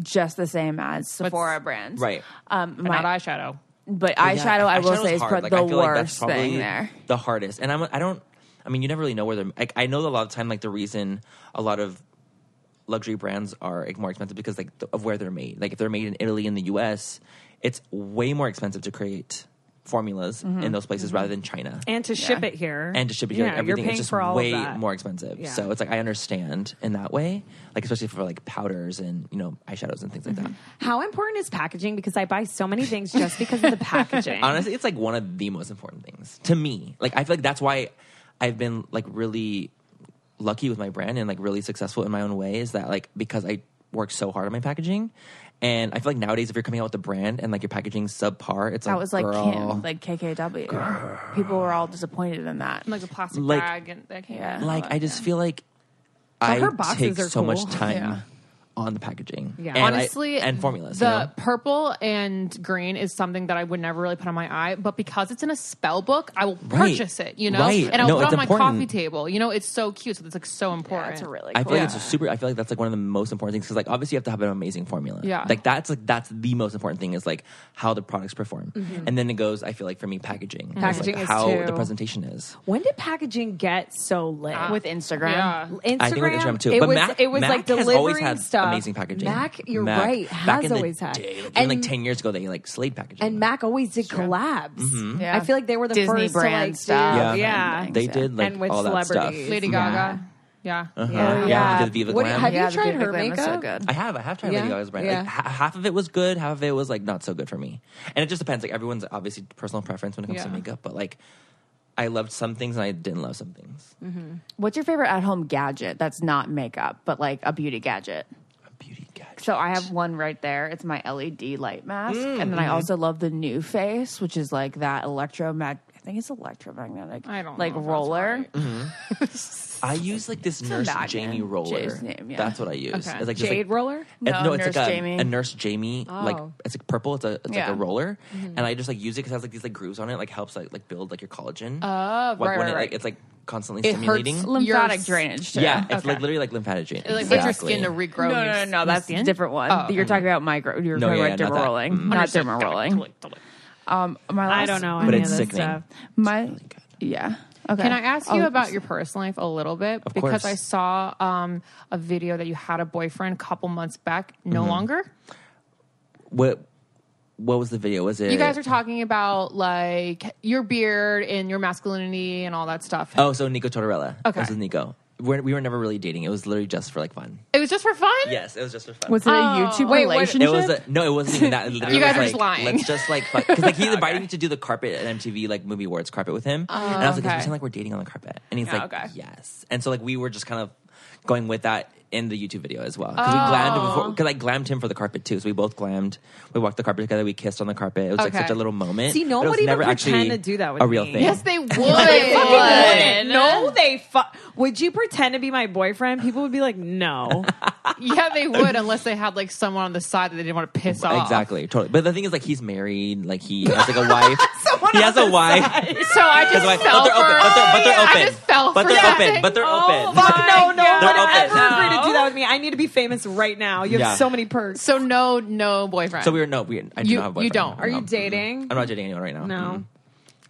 just the same as Sephora brands, right. Um, not my, eyeshadow. but eyeshadow, I will say, is pro- like, the I feel like that's worst probably thing there. the hardest and I'm I don't I mean you never really know where they're like I know that a lot of time like the reason a lot of luxury brands are like, more expensive because like th- of where they're made like if they're made in Italy in the U.S. it's way more expensive to create formulas Mm-hmm. in those places rather than China. and to ship it here and to ship it here, Yeah, and you're everything paying is just for all of way that. more expensive. Yeah. So it's like I understand in that way, like especially for like powders and you know eyeshadows and things like that. How important is packaging? Because I buy so many things just because of the packaging. Honestly, it's like one of the most important things to me. Like I feel like that's why I've been like really lucky with my brand and like really successful in my own way is that like because I work so hard on my packaging. And I feel like nowadays, if you're coming out with a brand and like your packaging subpar, it's like That was like girl, Kim, like KKW. People were all disappointed in that. Like a plastic Like- bag and that came Yeah. out. like I just feel like I Oh, her boxes take are so much cool. time on the packaging. Yeah, Honestly, and formulas. The you know? purple and green is something that I would never really put on my eye, but because it's in a spell book, I will Right. purchase it. You know, Right. and I'll No, put it it's on important. my coffee table. You know, it's so cute. So it's like so important. That's really I cool. feel like it's a super. I feel like that's like one of the most important things because like obviously you have to have an amazing formula. Yeah. like that's like that's the most important thing is like how the products perform, and then it goes. I feel like for me, packaging, It's, like, Mm-hmm. Packaging is how too. the presentation is. when did packaging get so lit? Ah. with Instagram. Yeah. Instagram, I think with Instagram too, It but was, Mac, it was Mac like has delivering always had stuff. amazing packaging. Mac, you're Mac- right, back has in the always had. day, like, even and, like ten years ago, they like Slade packaging, and Mac always did collabs. Yeah. I feel like they were the Disney first to like brand do- stuff. Mm-hmm. yeah, yeah. they did like And with all that stuff. celebrities. Lady Gaga. Yeah. Yeah, Uh-huh. Oh, yeah. yeah. Did Viva What do you- Glam. have you the tried Viva her Glam is so makeup? good. I have. I have tried Yeah? Lady Gaga's brand. Like, Yeah. ha- half of it was good, half of it was like not so good for me. And it just depends. Like everyone's obviously personal preference when it comes to Yeah. makeup, but like I loved some things and I didn't love some things. What's your favorite at-home gadget that's not makeup, but like a beauty gadget? A beauty gadget. So I have one right there. It's E my LED light mask, and then I also love the New Face, which is like that electromag. I think think it's electromagnetic. I don't like know if that's roller. Mm-hmm. I use like this nurse not Jamie in roller. Jay's name, yeah. That's what I use. Okay. It's like this, Jade like- roller? and- No, no, it's Nurse like a, Jamie. a nurse Jamie. Like Oh. it's like purple. It's a it's like Yeah. a roller, and I just like use it because it has like these like grooves on it. Like helps like like build like your collagen. Oh, right, like, when right, right. it, like, It's like constantly It stimulating. hurts Lymphatic Your- drainage. Too. yeah, it's like literally like lymphatic drain. It like puts your Exactly. skin to No, regrow. no, no, no. That's a different one. You're talking about micro. You're No, talking yeah, about yeah, not dermal that. rolling, Mm. not dermal rolling. Um, my last, I don't know. But any it's of this sickening. Stuff. My yeah. Okay. Can I ask you Oh, about your personal life a little bit? Of because course. I saw um, a video that you had a boyfriend a couple months back, no Mm-hmm. longer. What what was the video? Was it You guys are talking about like your beard and your masculinity and all that stuff. Oh, so Nico Tortorella. Okay. This is Nico. We're, we were never really dating. It was literally just for like fun. It was just for fun? Yes, it was just for fun. Was it a YouTube wait, what- relationship? it was a, no, it wasn't even that. It literally You guys was are just like, lying. Let's just like because like he invited me to do the carpet at MTV like movie awards carpet with him, and I was like, "Does it Oh, okay. Oh, sound like we're dating on the carpet?" And he's like, okay. "Yes." And so like we were just kind of going with that in the YouTube video as well because we glammed Oh. before because I glammed him for the carpet too. So we both glammed. We walked the carpet together. We kissed on the carpet. It was like Okay. such a little moment. See, no but it one was even never pretend actually to do that with a real me. thing. Yes, they would. Fucking wouldn't. No, they fu- would you pretend to be my boyfriend? People would be like, no. yeah, they would, unless they had like someone on the side that they didn't want to piss off. Exactly, totally. But the thing is, like, he's married. Like, he has like a wife. he has a wife. So I just That's why- fell but they're for. open. But they're, but they're open. I just Oh fell but for they're something. open. But they're open. Fuck no, no They're one would open. ever agree to do that with me. I need to be famous right now. You have Yeah. so many perks. so no, no boyfriend. So we were no, we I do You- not have a you Uh, boyfriend. don't. Are No. you dating? Mm-mm. I'm not dating anyone right now. No. Mm-mm.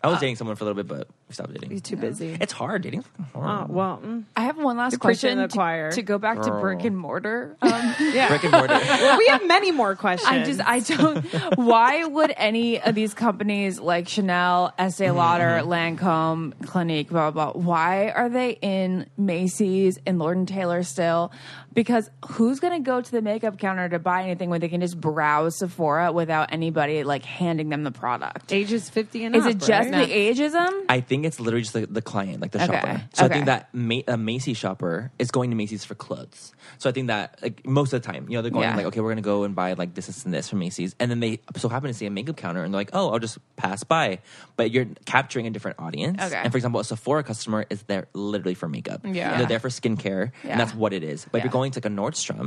I was dating someone for a little bit, but we stopped dating. You're too busy. It's hard dating. Oh, well, mm. I have one last preaching question to the to- choir. To, go back to brick and mortar. Um, Brick and mortar. we have many more questions. I just I don't. why would any of these companies like Chanel, Mm-hmm. Estee Lauder, Lancome, Clinique, blah, blah blah? Why are they in Macy's and Lord and Taylor still? Because who's gonna go to the makeup counter to buy anything when they can just browse Sephora without anybody like handing them the product? ages 50 and Is up, it just right? the ageism? I think it's literally just the, the client, like the Okay. shopper. So I Okay. think that Ma- a Macy's shopper is going to Macy's for clothes. So I think that like most of the time, you know, they're going Yeah. like, okay, we're gonna go and buy like this, this, and this from Macy's, and then they so happen to see a makeup counter and they're like, oh, I'll just pass by. But you're capturing a different audience. Okay. And for example, a Sephora customer is there literally for makeup. Yeah. They're there for skincare, Yeah. and that's what it is. But if Yeah. you're going to like a Nordstrom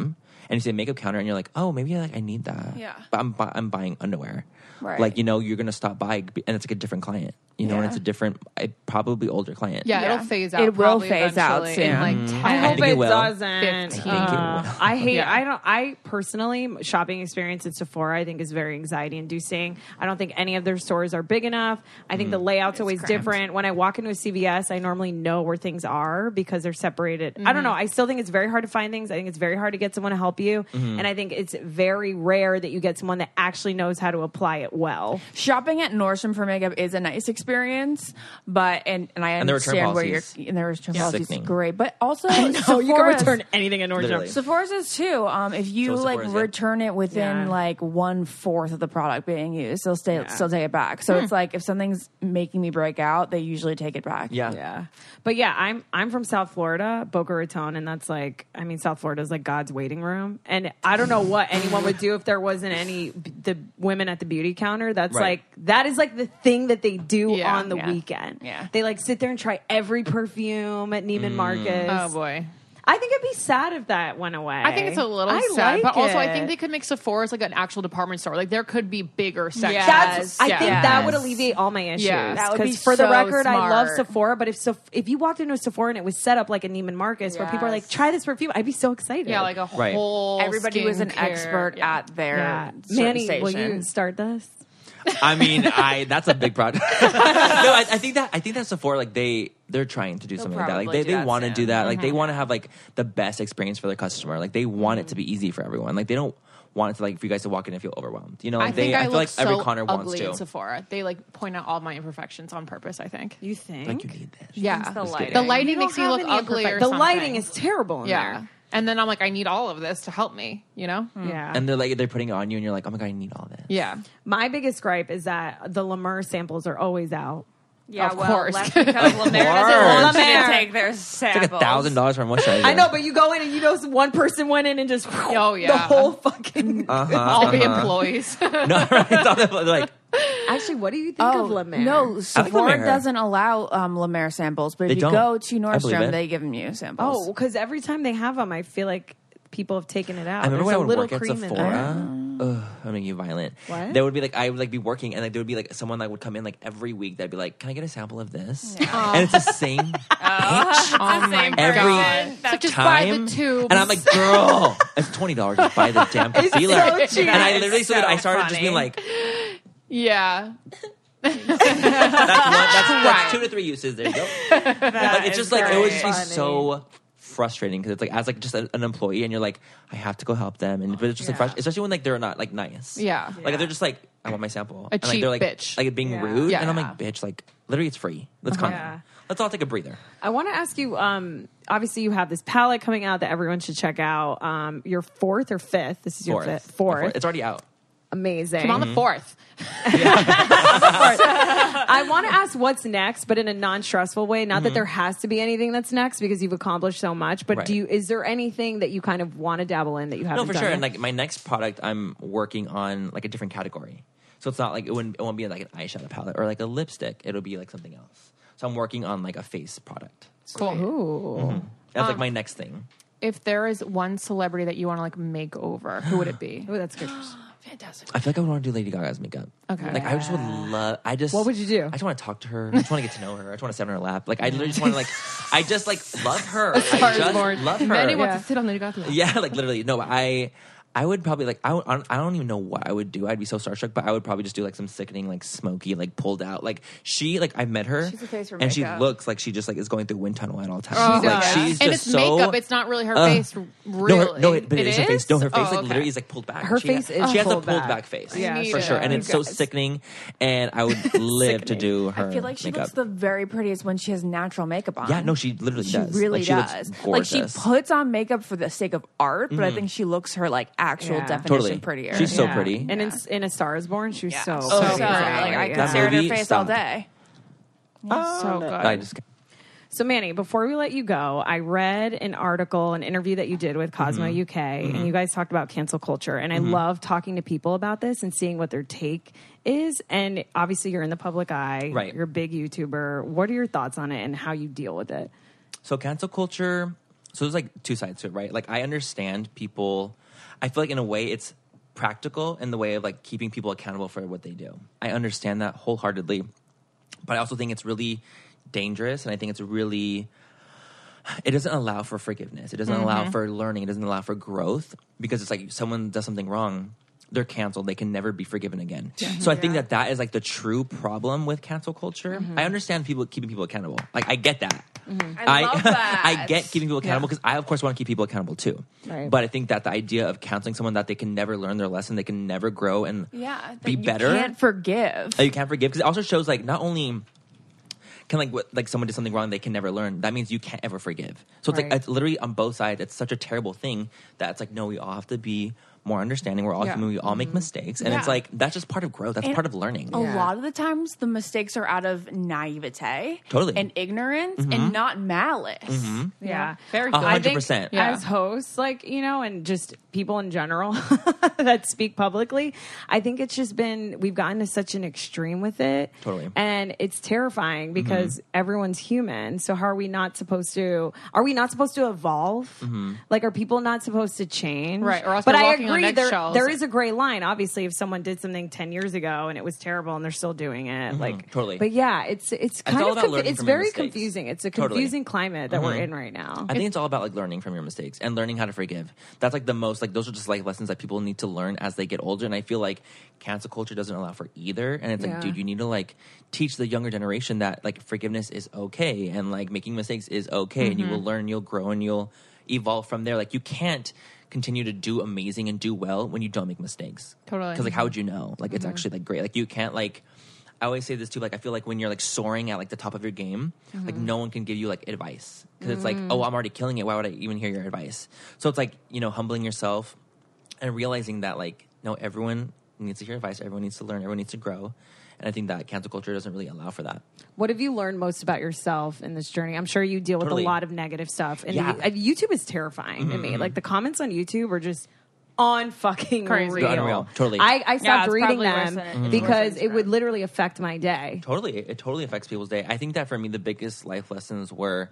and you see a makeup counter and you're like, oh, maybe like I need that. Yeah. But I'm bu- I'm buying underwear. Right. Like you know, you're gonna stop by, and it's like a different client. You know, and it's a different, I- probably older client. yeah, Yeah. it'll phase out. It will probably phase out eventually in, soon. like I 10. hope think it it, will. doesn't. 15. I think it Uh, will. I hate. Yeah. I don't. I personally m- shopping experience at Sephora. I think is very anxiety inducing. I don't think any of their stores are big enough. I think the Mm. layout's always different. When I walk into a CVS, I normally know where things are because they're separated. I don't know. I still think it's very hard to find things. I think it's very hard to get someone to help you, Mm-hmm. and I think it's very rare that you get someone that actually knows how to apply it well. shopping at Nordstrom for makeup is a nice experience, but and, and I And the return understand where you're policies. and the return policies Sickening. is great, but also So you can Sephora's- return anything at Literally. Nordstrom. Sephora's is too. Um, if you So is like Sephora's, yeah. return it within Yeah. like one fourth of the product being used, they'll stay, still take it back. So Hmm. it's like if something's making me break out, they usually take it back. Yeah. Yeah. But yeah, I'm I'm from South Florida, Boca Raton, and that's like I mean South Florida is like God's waiting room. And I don't know what anyone would do if there wasn't any the women at the beauty counter. That's Right. like that is like the thing that they do Yeah. on the Yeah. weekend. Yeah. They like sit there and try every perfume at Mm. Neiman Marcus. Oh boy. I think it'd be sad if that went away. I think it's a little I sad, like but also I it. think they could make Sephora's like an actual department store. Like there could be bigger sections. That's. I Yeah. think that would alleviate all my issues. Yeah. That would be Because for the so record, I love smart. Sephora, but if Seph- if you walked into a Sephora and it was set up like a Neiman Marcus, where people are like, Yes. "Try this perfume," I'd be so excited. Yeah, like a Right. whole. Everybody was an skincare- expert yeah. at their yeah. certain Manny, will you stations. start this? I mean, I that's a big project. no, I, I think that I think that Sephora like they they're trying to do something like that. Like probably they, do they that want to soon. Mm-hmm. do that. Like they want to have like the best experience for their customer. Like they want it to Mm-hmm. be easy for everyone. Like they don't want it to like for you guys to walk in and feel overwhelmed. You know, I like think they I, I feel look like so every Connor ugly wants in to. Sephora. They like point out all my imperfections on purpose. I think. You think? Like you need this. Yeah, the the lighting. lighting, You don't makes you have look any ugly. imperfect- or the something. lighting is terrible in yeah. Mm-hmm. there. Hmm. And then I'm like, I need all of this to help me. You know? Yeah. And they're like they're putting it on you, and you're like, oh my god, I need all this. Yeah. my biggest gripe is that the La Mer samples are always out. Yeah, Of well, course. that's because course. doesn't want you to Lemaire. take their It's like a thousand dollars for a moisturizer. I know, but you go in and you know one person went in and just Oh, yeah. the whole fucking Uh-huh. all the employees. Oh no, right? It's all the- they're like Actually, what do you think of La Mer? Oh, no, Sephora La Mer. doesn't allow um, La Mer samples, but if They you don't. go to I believe Nordstrom, it. they give them you samples. Oh, because every time they have them, I feel like people have taken it out. I remember There's when I a would little work at cream in Sephora. there. Ugh, I'm making you violent. What? There would be like I would like be working and like there would be like someone that would come in like every week. That'd be like, "Can I get a sample of this?" And it's the same Oh my every god! So just time. buy the tube. And I'm like, "Girl, it's twenty dollars. Just buy the damn concealer." so cheap. And I That literally is started. so I started just being funny. like, yeah, "That's one, that's, Right. that's two to three uses." There you go. like it's just like it would just be so frustrating because it's like as like just a- an employee and you're like I have to go help them and but it's just like frustr- especially when like they're not like nice Yeah. like if they're just like I want my sample A and, like, cheap they're like bitch. like being rude Yeah. Uh-huh. and I'm like bitch like literally it's free let's calm down let's all take a breather I want to ask you. Um, obviously, you have this palette coming out that everyone should check out. Um, your fourth or fifth? This is your fourth fifth, fourth. it's Mm-hmm. already out Amazing. I'm on the fourth. I want to ask what's next, but in a non-stressful way. Not that there has to be anything that's next because you've accomplished so much. But Mm-hmm. Right. do you? Is there anything that you kind of want to dabble in that you haven't? no for done sure yet? and like my next product I'm working on like a different category so it's not like it wouldn't it won't be like an eyeshadow palette or like a lipstick it'll be like something else so I'm working on like a face product Cool. that's like my next thing If there is one celebrity that you want to like make over, who would it be? Ooh, that's good. I feel like I would want to do Lady Gaga's makeup. Okay. Like I just would love. I just. What would you do? I just want to talk to her. I just want to get to know her. I just want to sit on her lap. Like I literally just want to like. I just like love her. I just love her. Manny wants to sit on the gato. Yeah, like literally. No, I. I would probably like I don't- I don't, I don't even know what I would do. I'd be so starstruck, but I would probably just do like some sickening, like smoky, like pulled out. Like she, like I met her, She's a face for and she makeup. looks like she just like is going through wind tunnel at all times. Oh, like yeah. she's and just it's so makeup. It's not really her Ugh. face, really. No, her, no it, but it is, her face. No, her face Oh, like okay. literally is like pulled back. Her she face has, is she has pulled a pulled back. back, face I need for sure, and it. it's so sickening. And I would live to do her. I feel like she makeup. looks the very prettiest when she has natural makeup on. Yeah, no, she literally she does. Like, really she looks does. like she gorgeous. Mm-hmm. puts on makeup for the sake of art, but I think she looks her like actual Yeah. definition Totally. prettier. She's so pretty. And in, in A Star Is Born, she was so so pretty. pretty. Oh, Like I That could stare at her movie, face all stop. day. so good. I just So Manny, before we let you go, I read an article, an interview that you did with Cosmo Mm-hmm. UK, and you guys talked about cancel culture, and I love talking to people about this and seeing what their take is. And obviously, you're in the public eye, Right. You're a big YouTuber. What are your thoughts on it and how you deal with it? so cancel culture so there's like two sides to it right like i understand people i feel like in a way it's practical in the way of like keeping people accountable for what they do i understand that wholeheartedly but i also think it's really dangerous and i think it's really it doesn't allow for forgiveness it doesn't allow for learning it doesn't allow for growth because it's like someone does something wrong they're canceled they can never be forgiven again so i think that that is like the true problem with cancel culture i understand people keeping people accountable like i get that I love that. I get keeping people accountable because I, of course, want to keep people accountable too. Right. But I think that the idea of counseling someone that they can never learn their lesson, they can never grow and Yeah, that be you better. Can't forgive. that you can't forgive because it also shows like not only can like what, like someone did something wrong they can never learn. That means you can't ever forgive. So it's Right. like it's literally on both sides. It's such a terrible thing that it's like no, we all have to be more understanding. We're all human. We all make mistakes, and it's Yeah. like that's just part of growth. That's And part of learning. A lot of the times, the mistakes are out of naivete, Totally. Mm-hmm. and ignorance, and not malice. Yeah, Very A good. hundred think percent. Yeah. As hosts, like, you know, and just people in general that speak publicly, I think it's just been, we've gotten to such an extreme with it. Totally. And it's terrifying because everyone's human. So how are we not supposed to, are we not supposed to evolve? Like, are people not supposed to change? Right, or else but they're I walking on agree, there, eggshells. there is a gray line. Obviously, if someone did something 10 years ago and it was terrible and they're still doing it, like, totally. But yeah, it's, it's kind all of, about confu- learning it's from your very mistakes. confusing. It's a Totally. confusing climate that we're in right now. I think it's all about like learning from your mistakes and learning how to forgive. That's like the most like those are just like lessons that people need to learn as they get older. And I feel like cancel culture doesn't allow for either. And it's like, Yeah. dude, you need to like teach the younger generation that like forgiveness is okay and like making mistakes is okay, and you will learn, you'll grow, and you'll evolve from there. Like you can't continue to do amazing and do well when you don't make mistakes. Totally. Because like, how would you know? Like it's actually like great. Like you can't like. I always say this too. Like I feel like when you're like soaring at like the top of your game, like no one can give you like advice because it's like, oh, I'm already killing it. Why would I even hear your advice? So it's like you know, humbling yourself and realizing that like no, everyone needs to hear advice. Everyone needs to learn. Everyone needs to grow. And I think that cancel culture doesn't really allow for that. What have you learned most about yourself in this journey? I'm sure you deal with Totally. a lot of negative stuff, and Yeah. Mm-hmm. you- uh, YouTube is terrifying to me. Like the comments on YouTube are just unfucking Crazy. real. Unreal. Totally. I, I stopped it's reading probably worse them than it- it's worse because than it would literally affect my day. Totally, it totally affects people's day. I think that for me, the biggest life lessons were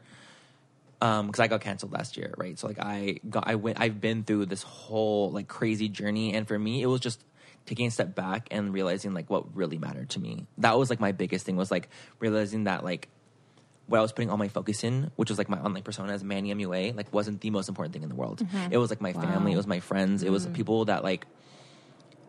um because I got canceled last year, right? So like I got I went I've been through this whole like crazy journey, and for me, it was just taking a step back and realizing like what really mattered to me. That was like my biggest thing was like realizing that like what I was putting all my focus in, which was like my online persona as Manny MUA, like wasn't the most important thing in the world. It was like my family, it was my friends, it was people that like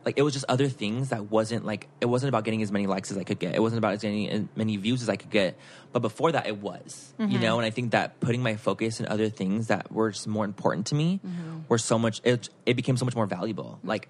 like it was just other things that wasn't like it wasn't about getting as many likes as I could get. It wasn't about as many as many views as I could get. But before that, it was you know. And I think that putting my focus in other things that were just more important to me were so much. It it became so much more valuable. Like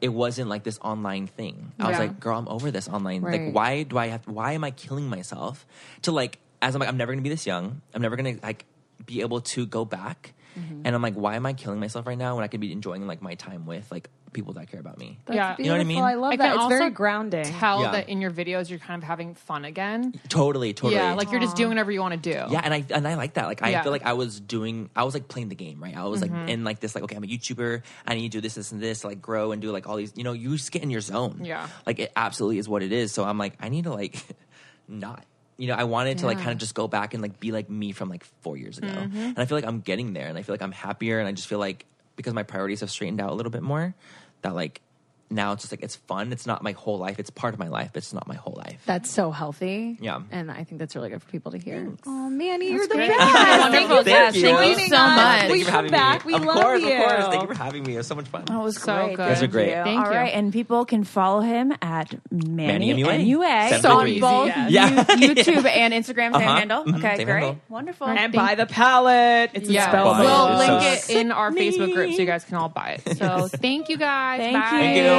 it wasn't like this online thing. I was Yeah. like, girl, I'm over this online. Right. Like, why do I have? Why am I killing myself to like? As I'm like, I'm never gonna be this young. I'm never gonna like be able to go back. Mm-hmm. And I'm like, why am I killing myself right now when I could be enjoying like my time with like people that care about me? yeah. You know what I mean? I love I that. can It's also very grounding. Tell Yeah. that in your videos you're kind of having fun again. Totally, totally. Yeah, like you're just doing whatever you want to do. yeah, and I and I like that. Like I Yeah. Mm-hmm. feel like I was doing, I was like playing the game, right? I was like in like this, like okay, I'm a YouTuber, I need to do this, this, and this, to, like grow and do like all these. You know, you just get in your zone. Yeah. like it absolutely is what it is. So I'm like, I need to like not. You know, I wanted to like kind of just go back and like be like me from like four years ago, Mm-hmm. and I feel like I'm getting there, and I feel like I'm happier, and I just feel like because my priorities have straightened out a little bit more, that like now it's just like it's fun. It's not my whole life. It's part of my life, but it's not my whole life. that's so healthy. Yeah. and I think that's really good for people to hear. Oh, Manny, you're the great. best. Wonderful. Thank Yes, you. thank you Thank so you. much. Thank We you for come having back. me. We of love course, you. Of course, Thank you for having me. It was so much fun. That Oh, was So great. good. You guys are great. Thank All you. right, and people can follow him at Manny, Manny MUA. MUA. Seven So on degrees. both Yes. you- Yeah. YouTube and Instagram, same Uh-huh. handle. Mhm. Okay, Same great. handle. Wonderful. And buy the palette. It's Yeah, a Buy we'll it. link It's it in our Facebook group so you guys can all buy it. So thank you guys. Thank Bye. you. Thank you.